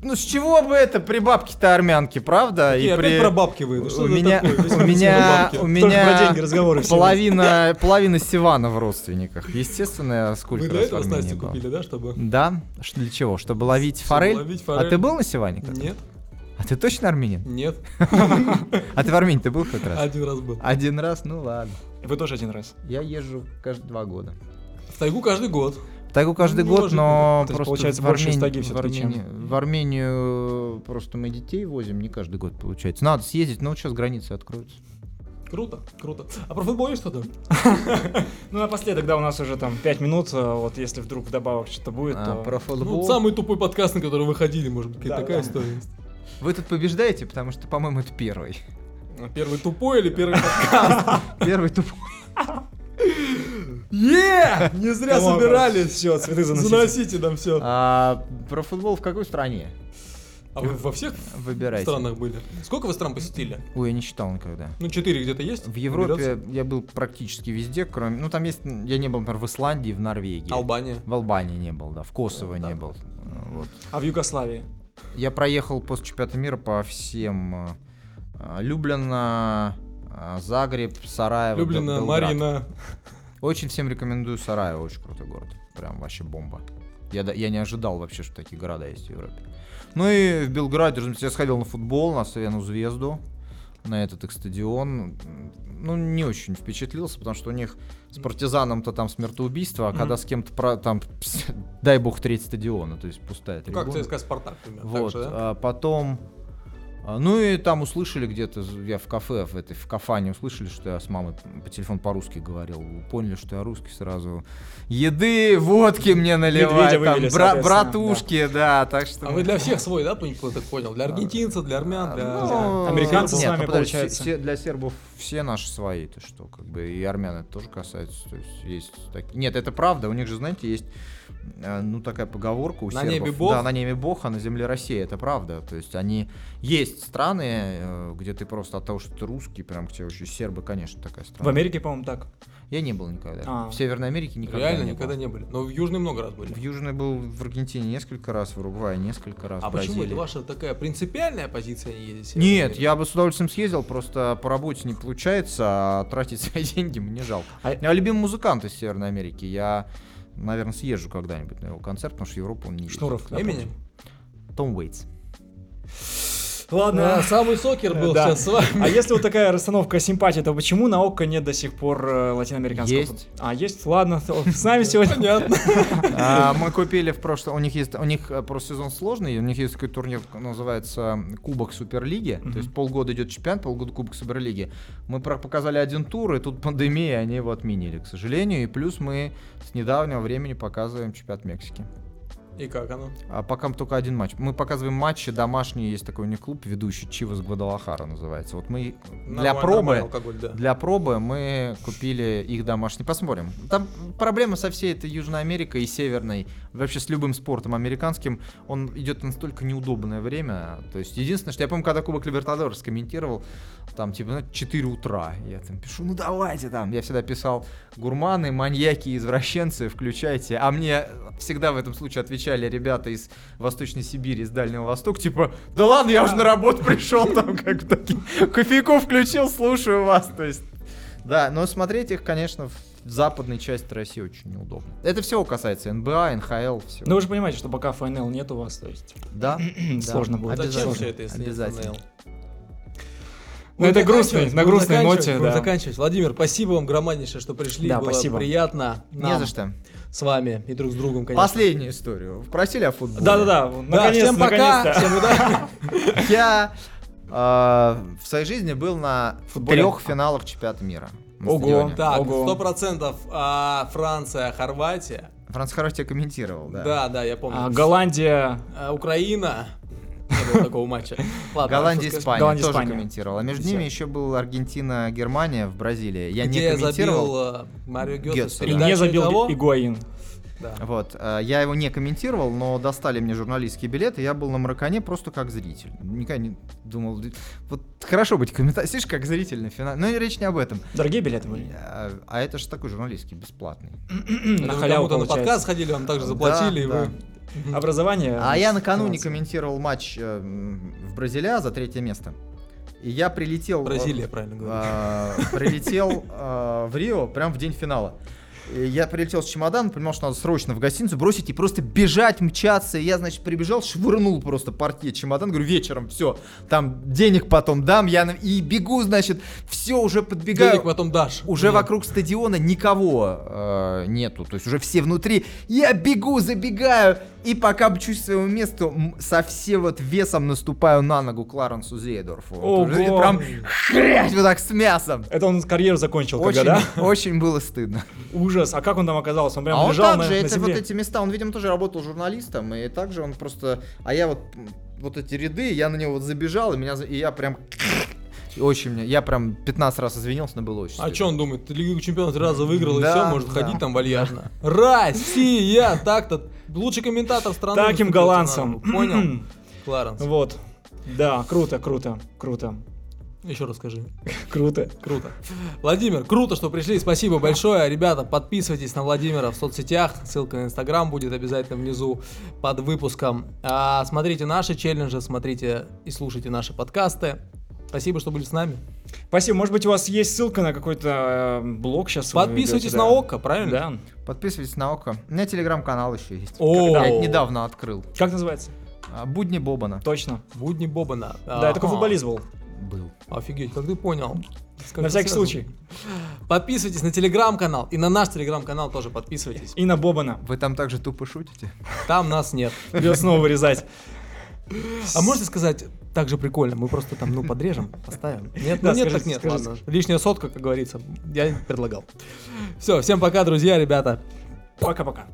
[SPEAKER 3] Ну с чего бы это при бабке-то армянки, правда?
[SPEAKER 2] И опять про бабки выйду. Что
[SPEAKER 3] у
[SPEAKER 2] это
[SPEAKER 3] меня,
[SPEAKER 2] такое?
[SPEAKER 3] у меня, у
[SPEAKER 2] Бабки.
[SPEAKER 1] Только про
[SPEAKER 3] меня
[SPEAKER 1] деньги разговоры все.
[SPEAKER 3] половина, половина Сивана в родственниках. Естественно, я
[SPEAKER 2] Вы
[SPEAKER 3] сколько
[SPEAKER 2] до
[SPEAKER 3] раз в
[SPEAKER 2] этого с
[SPEAKER 3] Армении
[SPEAKER 2] Настей
[SPEAKER 3] был.
[SPEAKER 2] купили, да, чтобы...
[SPEAKER 3] Да? Ш- Для чего? Чтобы ловить
[SPEAKER 2] Чтобы
[SPEAKER 3] форель?
[SPEAKER 2] ловить
[SPEAKER 3] А
[SPEAKER 2] форель.
[SPEAKER 3] ты был на Севане? когда?
[SPEAKER 2] Нет,
[SPEAKER 3] А ты точно армянин?
[SPEAKER 2] нет,
[SPEAKER 3] А ты в Армении ты был хоть раз?
[SPEAKER 2] один раз был.
[SPEAKER 3] Один раз? Ну ладно.
[SPEAKER 1] Вы тоже один раз.
[SPEAKER 3] Я езжу каждые два года.
[SPEAKER 2] В тайгу каждый год.
[SPEAKER 3] Тайгу каждый
[SPEAKER 2] Ну,
[SPEAKER 3] год,
[SPEAKER 2] может
[SPEAKER 3] но
[SPEAKER 1] быть. То есть,
[SPEAKER 3] просто
[SPEAKER 1] получается,
[SPEAKER 3] в
[SPEAKER 1] больше
[SPEAKER 3] Армении-
[SPEAKER 1] стаги
[SPEAKER 3] в,
[SPEAKER 1] всё-таки, чем-
[SPEAKER 3] Армении- в Армению просто мы детей возим, не каждый год получается. Надо съездить, но вот сейчас границы откроются.
[SPEAKER 2] Круто, круто. А про футбол есть что-то?
[SPEAKER 1] Ну, напоследок, да, у нас уже там 5 минут, э, вот если вдруг вдобавок что-то будет,
[SPEAKER 3] А,
[SPEAKER 1] то...
[SPEAKER 3] про футбол.
[SPEAKER 2] Ну, самый тупой подкаст, на который вы ходили, может быть,
[SPEAKER 1] Да,
[SPEAKER 2] такая
[SPEAKER 1] да.
[SPEAKER 2] история есть.
[SPEAKER 3] Вы тут побеждаете, потому что, по-моему, это первый.
[SPEAKER 2] А Первый тупой или
[SPEAKER 3] (laughs)
[SPEAKER 2] первый подкаст?
[SPEAKER 3] Первый (laughs) тупой.
[SPEAKER 2] Е! Не зря собирались.
[SPEAKER 1] Все, цветы заносить.
[SPEAKER 2] Заносите нам все.
[SPEAKER 3] А, про футбол в какой стране?
[SPEAKER 2] А вы во всех
[SPEAKER 3] Выбирайте.
[SPEAKER 2] странах были? Сколько вы стран посетили?
[SPEAKER 3] Ой, я не считал никогда.
[SPEAKER 2] Ну, четыре где-то есть?
[SPEAKER 3] В Европе
[SPEAKER 2] Берется?
[SPEAKER 3] я был практически везде, кроме... Ну, там есть... Я не был, например, в Исландии, в Норвегии.
[SPEAKER 2] Албания.
[SPEAKER 3] В Албании не был, да. В Косово
[SPEAKER 2] Э, да.
[SPEAKER 3] не был. Э, Вот.
[SPEAKER 1] А в Югославии?
[SPEAKER 3] Я проехал после чемпионата мира по всем... э, э, Люблина, э, Загреб, Сараево, Бел-
[SPEAKER 2] Люблина,
[SPEAKER 3] Белград.
[SPEAKER 2] Марина.
[SPEAKER 3] Очень всем рекомендую Сараево, очень крутой город. Прям вообще бомба. Я, да- я не ожидал вообще, что такие города есть в Европе. Ну и в Белграде, разумеется, я сходил на футбол, на Свену Звезду, на этот их стадион. Ну, не очень впечатлился, потому что у них с партизаном-то там смертоубийство, а
[SPEAKER 1] Мгм.
[SPEAKER 3] когда с кем-то про- там, (laughs) дай бог, треть стадиона, то есть пустая
[SPEAKER 2] Ну,
[SPEAKER 3] трибуна.
[SPEAKER 2] как ЦСКА Спартак, например. так
[SPEAKER 3] Вот,
[SPEAKER 2] же, да?
[SPEAKER 3] а потом... а, Ну и там услышали где-то, з- я в кафе, в этой, в кафане услышали, что я с мамой по телефону по-русски говорил. Поняли, что я русский сразу. Еды, водки мне наливай,
[SPEAKER 1] Медведя
[SPEAKER 3] там,
[SPEAKER 1] вывели,
[SPEAKER 3] бра-
[SPEAKER 1] соответственно,
[SPEAKER 3] братушки, да. так что...
[SPEAKER 2] А вы для всех свой, да, понял, я так понял? Для аргентинца, для армян, для...
[SPEAKER 1] ну,
[SPEAKER 2] для-
[SPEAKER 1] американцы с
[SPEAKER 3] нет,
[SPEAKER 1] нами,
[SPEAKER 3] А, ну, подожди,
[SPEAKER 1] получается.
[SPEAKER 3] все- для сербов все наши свои, то что, как бы, и армян это тоже касается, то есть есть так- Нет, это правда, у них же, знаете, есть, э, ну, такая поговорка у
[SPEAKER 2] На
[SPEAKER 3] сербов.
[SPEAKER 2] небе Бог.
[SPEAKER 3] Да, на небе Бог, а на земле Россия, это правда, то есть они... Есть страны, э, где ты просто от того, что ты русский, прям к тебе еще сербы, конечно, такая страна.
[SPEAKER 1] В Америке, по-моему, так.
[SPEAKER 3] Я не был никогда.
[SPEAKER 1] А.
[SPEAKER 3] В Северной Америке никогда
[SPEAKER 2] Реально
[SPEAKER 3] не был.
[SPEAKER 2] никогда не были. Но в Южной много раз были.
[SPEAKER 3] В Южной был, в Аргентине несколько раз, в Уругвае несколько раз,
[SPEAKER 2] А
[SPEAKER 3] в
[SPEAKER 2] почему это
[SPEAKER 3] Бразилии.
[SPEAKER 2] ваша такая принципиальная позиция не ездить? в Северную
[SPEAKER 3] Нет,
[SPEAKER 2] Америку?
[SPEAKER 3] я бы с удовольствием съездил, просто по работе не получается, а тратить (laughs) свои деньги мне жалко.
[SPEAKER 1] А-
[SPEAKER 3] Я любимый музыкант из Северной Америки, я, наверное, съезжу когда-нибудь на его концерт, потому что в Европу он не ездит.
[SPEAKER 1] Шнуров.
[SPEAKER 3] Да,
[SPEAKER 2] Эминем?
[SPEAKER 3] Том Уэйтс.
[SPEAKER 1] Ладно.
[SPEAKER 2] Да, самый сокер был
[SPEAKER 1] Да.
[SPEAKER 2] сейчас с вами.
[SPEAKER 1] А если вот такая расстановка симпатии, то почему на ОККО нет до сих пор э, латиноамериканского?
[SPEAKER 3] Есть.
[SPEAKER 1] фут- А, есть? Ладно, то с нами сегодня.
[SPEAKER 2] Понятно.
[SPEAKER 3] А, Мы купили в прошлом, у них есть, у них э, просто сезон сложный, у них есть такой турнир, к- называется Кубок Суперлиги,
[SPEAKER 1] Мгм.
[SPEAKER 3] то есть полгода идет чемпионат, полгода Кубок Суперлиги. Мы про- показали один тур, и тут пандемия, они его отменили, к сожалению, и плюс мы с недавнего времени показываем чемпионат Мексики.
[SPEAKER 2] И как оно?
[SPEAKER 3] А пока мы только один матч. Мы показываем матчи домашние, есть такой у них клуб ведущий, Чивас Гвадалахара называется. Вот мы для
[SPEAKER 2] Нормально,
[SPEAKER 3] пробы,
[SPEAKER 2] нормальный алкоголь, да.
[SPEAKER 3] для пробы мы купили их домашний. Посмотрим. Там проблема со всей этой Южной Америкой и Северной, вообще с любым спортом американским, он идет настолько неудобное время. То есть единственное, что я помню, когда Кубок Либертадорес комментировал, там типа ну, 4 утра, я там пишу, ну давайте там. Я всегда писал, гурманы, маньяки, извращенцы, включайте. А мне всегда в этом случае отвечали ребята из Восточной Сибири, из Дальнего Востока, типа, да ладно, я уже на работу пришел, (laughs) там как бы такие, кофейку включил, слушаю вас, то есть. Да, но смотреть их, конечно, в в западной части России очень неудобно. Это все касается НБА, НХЛ, все.
[SPEAKER 1] Ну вы же понимаете, что пока ФНЛ нет у вас, то есть
[SPEAKER 3] да?
[SPEAKER 1] сложно будет.
[SPEAKER 3] Обязательно.
[SPEAKER 2] Зачем все это, если нет
[SPEAKER 3] Обязательно.
[SPEAKER 2] FNL?
[SPEAKER 1] Ну, это грустный, на
[SPEAKER 2] Будем
[SPEAKER 1] грустной
[SPEAKER 2] заканчивать,
[SPEAKER 1] ноте,
[SPEAKER 2] будем
[SPEAKER 1] да.
[SPEAKER 2] заканчивать. Владимир, спасибо вам громаднейшее, что пришли.
[SPEAKER 1] Да,
[SPEAKER 2] Было
[SPEAKER 1] спасибо.
[SPEAKER 2] приятно нам
[SPEAKER 3] Не за что.
[SPEAKER 2] с вами и друг с другом, конечно.
[SPEAKER 3] Последнюю историю. Просили о футболе.
[SPEAKER 1] Да-да-да,
[SPEAKER 2] Да,
[SPEAKER 1] наконец-то,
[SPEAKER 2] всем пока,
[SPEAKER 1] наконец-то.
[SPEAKER 2] всем
[SPEAKER 1] (laughs)
[SPEAKER 2] удачи.
[SPEAKER 3] Я а, в своей жизни был на
[SPEAKER 1] Футболе.
[SPEAKER 3] трех финалах чемпионата мира. на
[SPEAKER 1] Ого.
[SPEAKER 3] стадионе.
[SPEAKER 2] Так,
[SPEAKER 1] Ого.
[SPEAKER 2] сто процентов а, Франция, Хорватия.
[SPEAKER 3] Франц Харви тебя комментировал, да.
[SPEAKER 2] Да, да, я
[SPEAKER 1] А,
[SPEAKER 2] помню.
[SPEAKER 1] Голландия,
[SPEAKER 2] А, Украина. Не было такого
[SPEAKER 1] (laughs)
[SPEAKER 2] матча. Ладно,
[SPEAKER 3] Голландия,
[SPEAKER 2] что скажешь?
[SPEAKER 3] Испания
[SPEAKER 1] Голландия,
[SPEAKER 3] тоже
[SPEAKER 1] Испания.
[SPEAKER 3] комментировала. А между
[SPEAKER 1] Все.
[SPEAKER 3] ними еще был Аргентина, Германия в Бразилии. Я
[SPEAKER 2] Где
[SPEAKER 3] не
[SPEAKER 2] я
[SPEAKER 3] комментировал.
[SPEAKER 2] забил э, Марио Гетс.
[SPEAKER 3] Гетс,
[SPEAKER 2] с
[SPEAKER 3] да.
[SPEAKER 1] и
[SPEAKER 2] передачей
[SPEAKER 1] не забил
[SPEAKER 2] того.
[SPEAKER 1] Игуаин.
[SPEAKER 2] Да.
[SPEAKER 3] Вот, э, я его не комментировал, но достали мне журналистские билеты, я был на Маракане просто как зритель. Никогда не думал, «Да, вот хорошо быть комментатором, (laughs) слышишь, как зритель на финале. Но и речь не об этом.
[SPEAKER 1] Дорогие билеты были.
[SPEAKER 3] А, а это же такой журналистский, бесплатный.
[SPEAKER 2] Это
[SPEAKER 1] На
[SPEAKER 2] вы
[SPEAKER 1] халяву
[SPEAKER 2] ну, кому-то на
[SPEAKER 1] получается.
[SPEAKER 2] подкаст ходили, вам также заплатили, и
[SPEAKER 3] Да,
[SPEAKER 2] вы
[SPEAKER 3] да.
[SPEAKER 1] Образование.
[SPEAKER 3] А я накануне
[SPEAKER 1] финансовое.
[SPEAKER 3] комментировал матч э, м, в Бразилия за третье место. И я прилетел... э,
[SPEAKER 2] Бразилия, правильно говорю.
[SPEAKER 3] э, (laughs) Прилетел э, в Рио прям в день финала. И Я прилетел с чемоданом, понимал, что надо срочно в гостиницу бросить и просто бежать, мчаться. И я, значит, прибежал, швырнул просто портье чемодан. Говорю, вечером все, там денег потом дам. Я на- и бегу, значит, все, уже подбегаю.
[SPEAKER 2] Денег потом дашь.
[SPEAKER 3] Уже
[SPEAKER 2] Нет.
[SPEAKER 3] вокруг стадиона никого э, нету, то есть уже все внутри. Я бегу, забегаю, и пока бчусь к своему месту, м, со всем вот весом наступаю на ногу Кларенсу Зейдорфу. Вот уже
[SPEAKER 1] Ого.
[SPEAKER 3] Прям хрять вот так с мясом.
[SPEAKER 1] Это он карьеру закончил
[SPEAKER 3] Очень,
[SPEAKER 1] когда, да?
[SPEAKER 3] очень было стыдно.
[SPEAKER 1] Ужас. А как он там оказался? Он прям
[SPEAKER 3] а он
[SPEAKER 1] лежал
[SPEAKER 3] также,
[SPEAKER 1] на, на
[SPEAKER 3] это вот
[SPEAKER 1] земле.
[SPEAKER 3] эти места, он, видимо, тоже работал журналистом, и также он просто... А я вот м, вот эти ряды, я на него вот забежал, и меня... за- И я прям... Очень мне... Я прям 15 раз извинился, но было очень
[SPEAKER 2] А
[SPEAKER 3] стыдно.
[SPEAKER 2] что он думает? Ты Лигу чемпионов три раза выиграл, и
[SPEAKER 3] Да,
[SPEAKER 2] все, может
[SPEAKER 3] да.
[SPEAKER 2] ходить там вальяжно. Россия! Так-то. Лучший комментатор страны.
[SPEAKER 1] Таким
[SPEAKER 2] выступает,
[SPEAKER 1] голландцем. (clears throat)
[SPEAKER 2] Иван. Понял? Кларенс.
[SPEAKER 1] Вот. Да, круто, круто, круто,
[SPEAKER 2] Еще раз скажи.
[SPEAKER 1] круто.
[SPEAKER 2] Круто. Владимир, круто, что пришли. Спасибо большое. Ребята, подписывайтесь на Владимира в соцсетях. Ссылка на Инстаграм будет обязательно внизу под выпуском. А, смотрите наши челленджи, смотрите и слушайте наши подкасты. Спасибо, что были с нами.
[SPEAKER 1] Спасибо. Может быть, у вас есть ссылка на какой-то э, блог сейчас? вы
[SPEAKER 2] Подписывайтесь
[SPEAKER 1] ведете,
[SPEAKER 2] на
[SPEAKER 1] да?
[SPEAKER 2] ОККО, правильно?
[SPEAKER 1] Да.
[SPEAKER 3] Подписывайтесь на ОКО. У меня телеграм-канал еще есть.
[SPEAKER 2] О.
[SPEAKER 3] Я недавно открыл.
[SPEAKER 1] Как называется?
[SPEAKER 3] А, Будни Бобана.
[SPEAKER 1] Точно.
[SPEAKER 2] Будни Бобана.
[SPEAKER 1] Да, я такой
[SPEAKER 2] Ага.
[SPEAKER 1] футболист был.
[SPEAKER 3] Был.
[SPEAKER 2] Офигеть, как ты понял? Как
[SPEAKER 1] На
[SPEAKER 2] ты
[SPEAKER 1] всякий
[SPEAKER 2] связан?
[SPEAKER 1] случай.
[SPEAKER 2] Подписывайтесь на телеграм-канал и на наш телеграм-канал тоже подписывайтесь.
[SPEAKER 1] И на Бобана.
[SPEAKER 3] Вы там также тупо шутите?
[SPEAKER 2] Там нас нет.
[SPEAKER 1] Придется снова
[SPEAKER 2] (laughs)
[SPEAKER 1] вырезать.
[SPEAKER 2] А можете сказать, так же прикольно, мы просто там, ну, подрежем, поставим. Нет,
[SPEAKER 1] Да,
[SPEAKER 2] ну, нет,
[SPEAKER 1] скажите,
[SPEAKER 2] так нет,
[SPEAKER 1] скажите.
[SPEAKER 2] ладно. Лишняя сотка, как говорится, я не предлагал. Все, всем пока, друзья, ребята.
[SPEAKER 1] Пока-пока.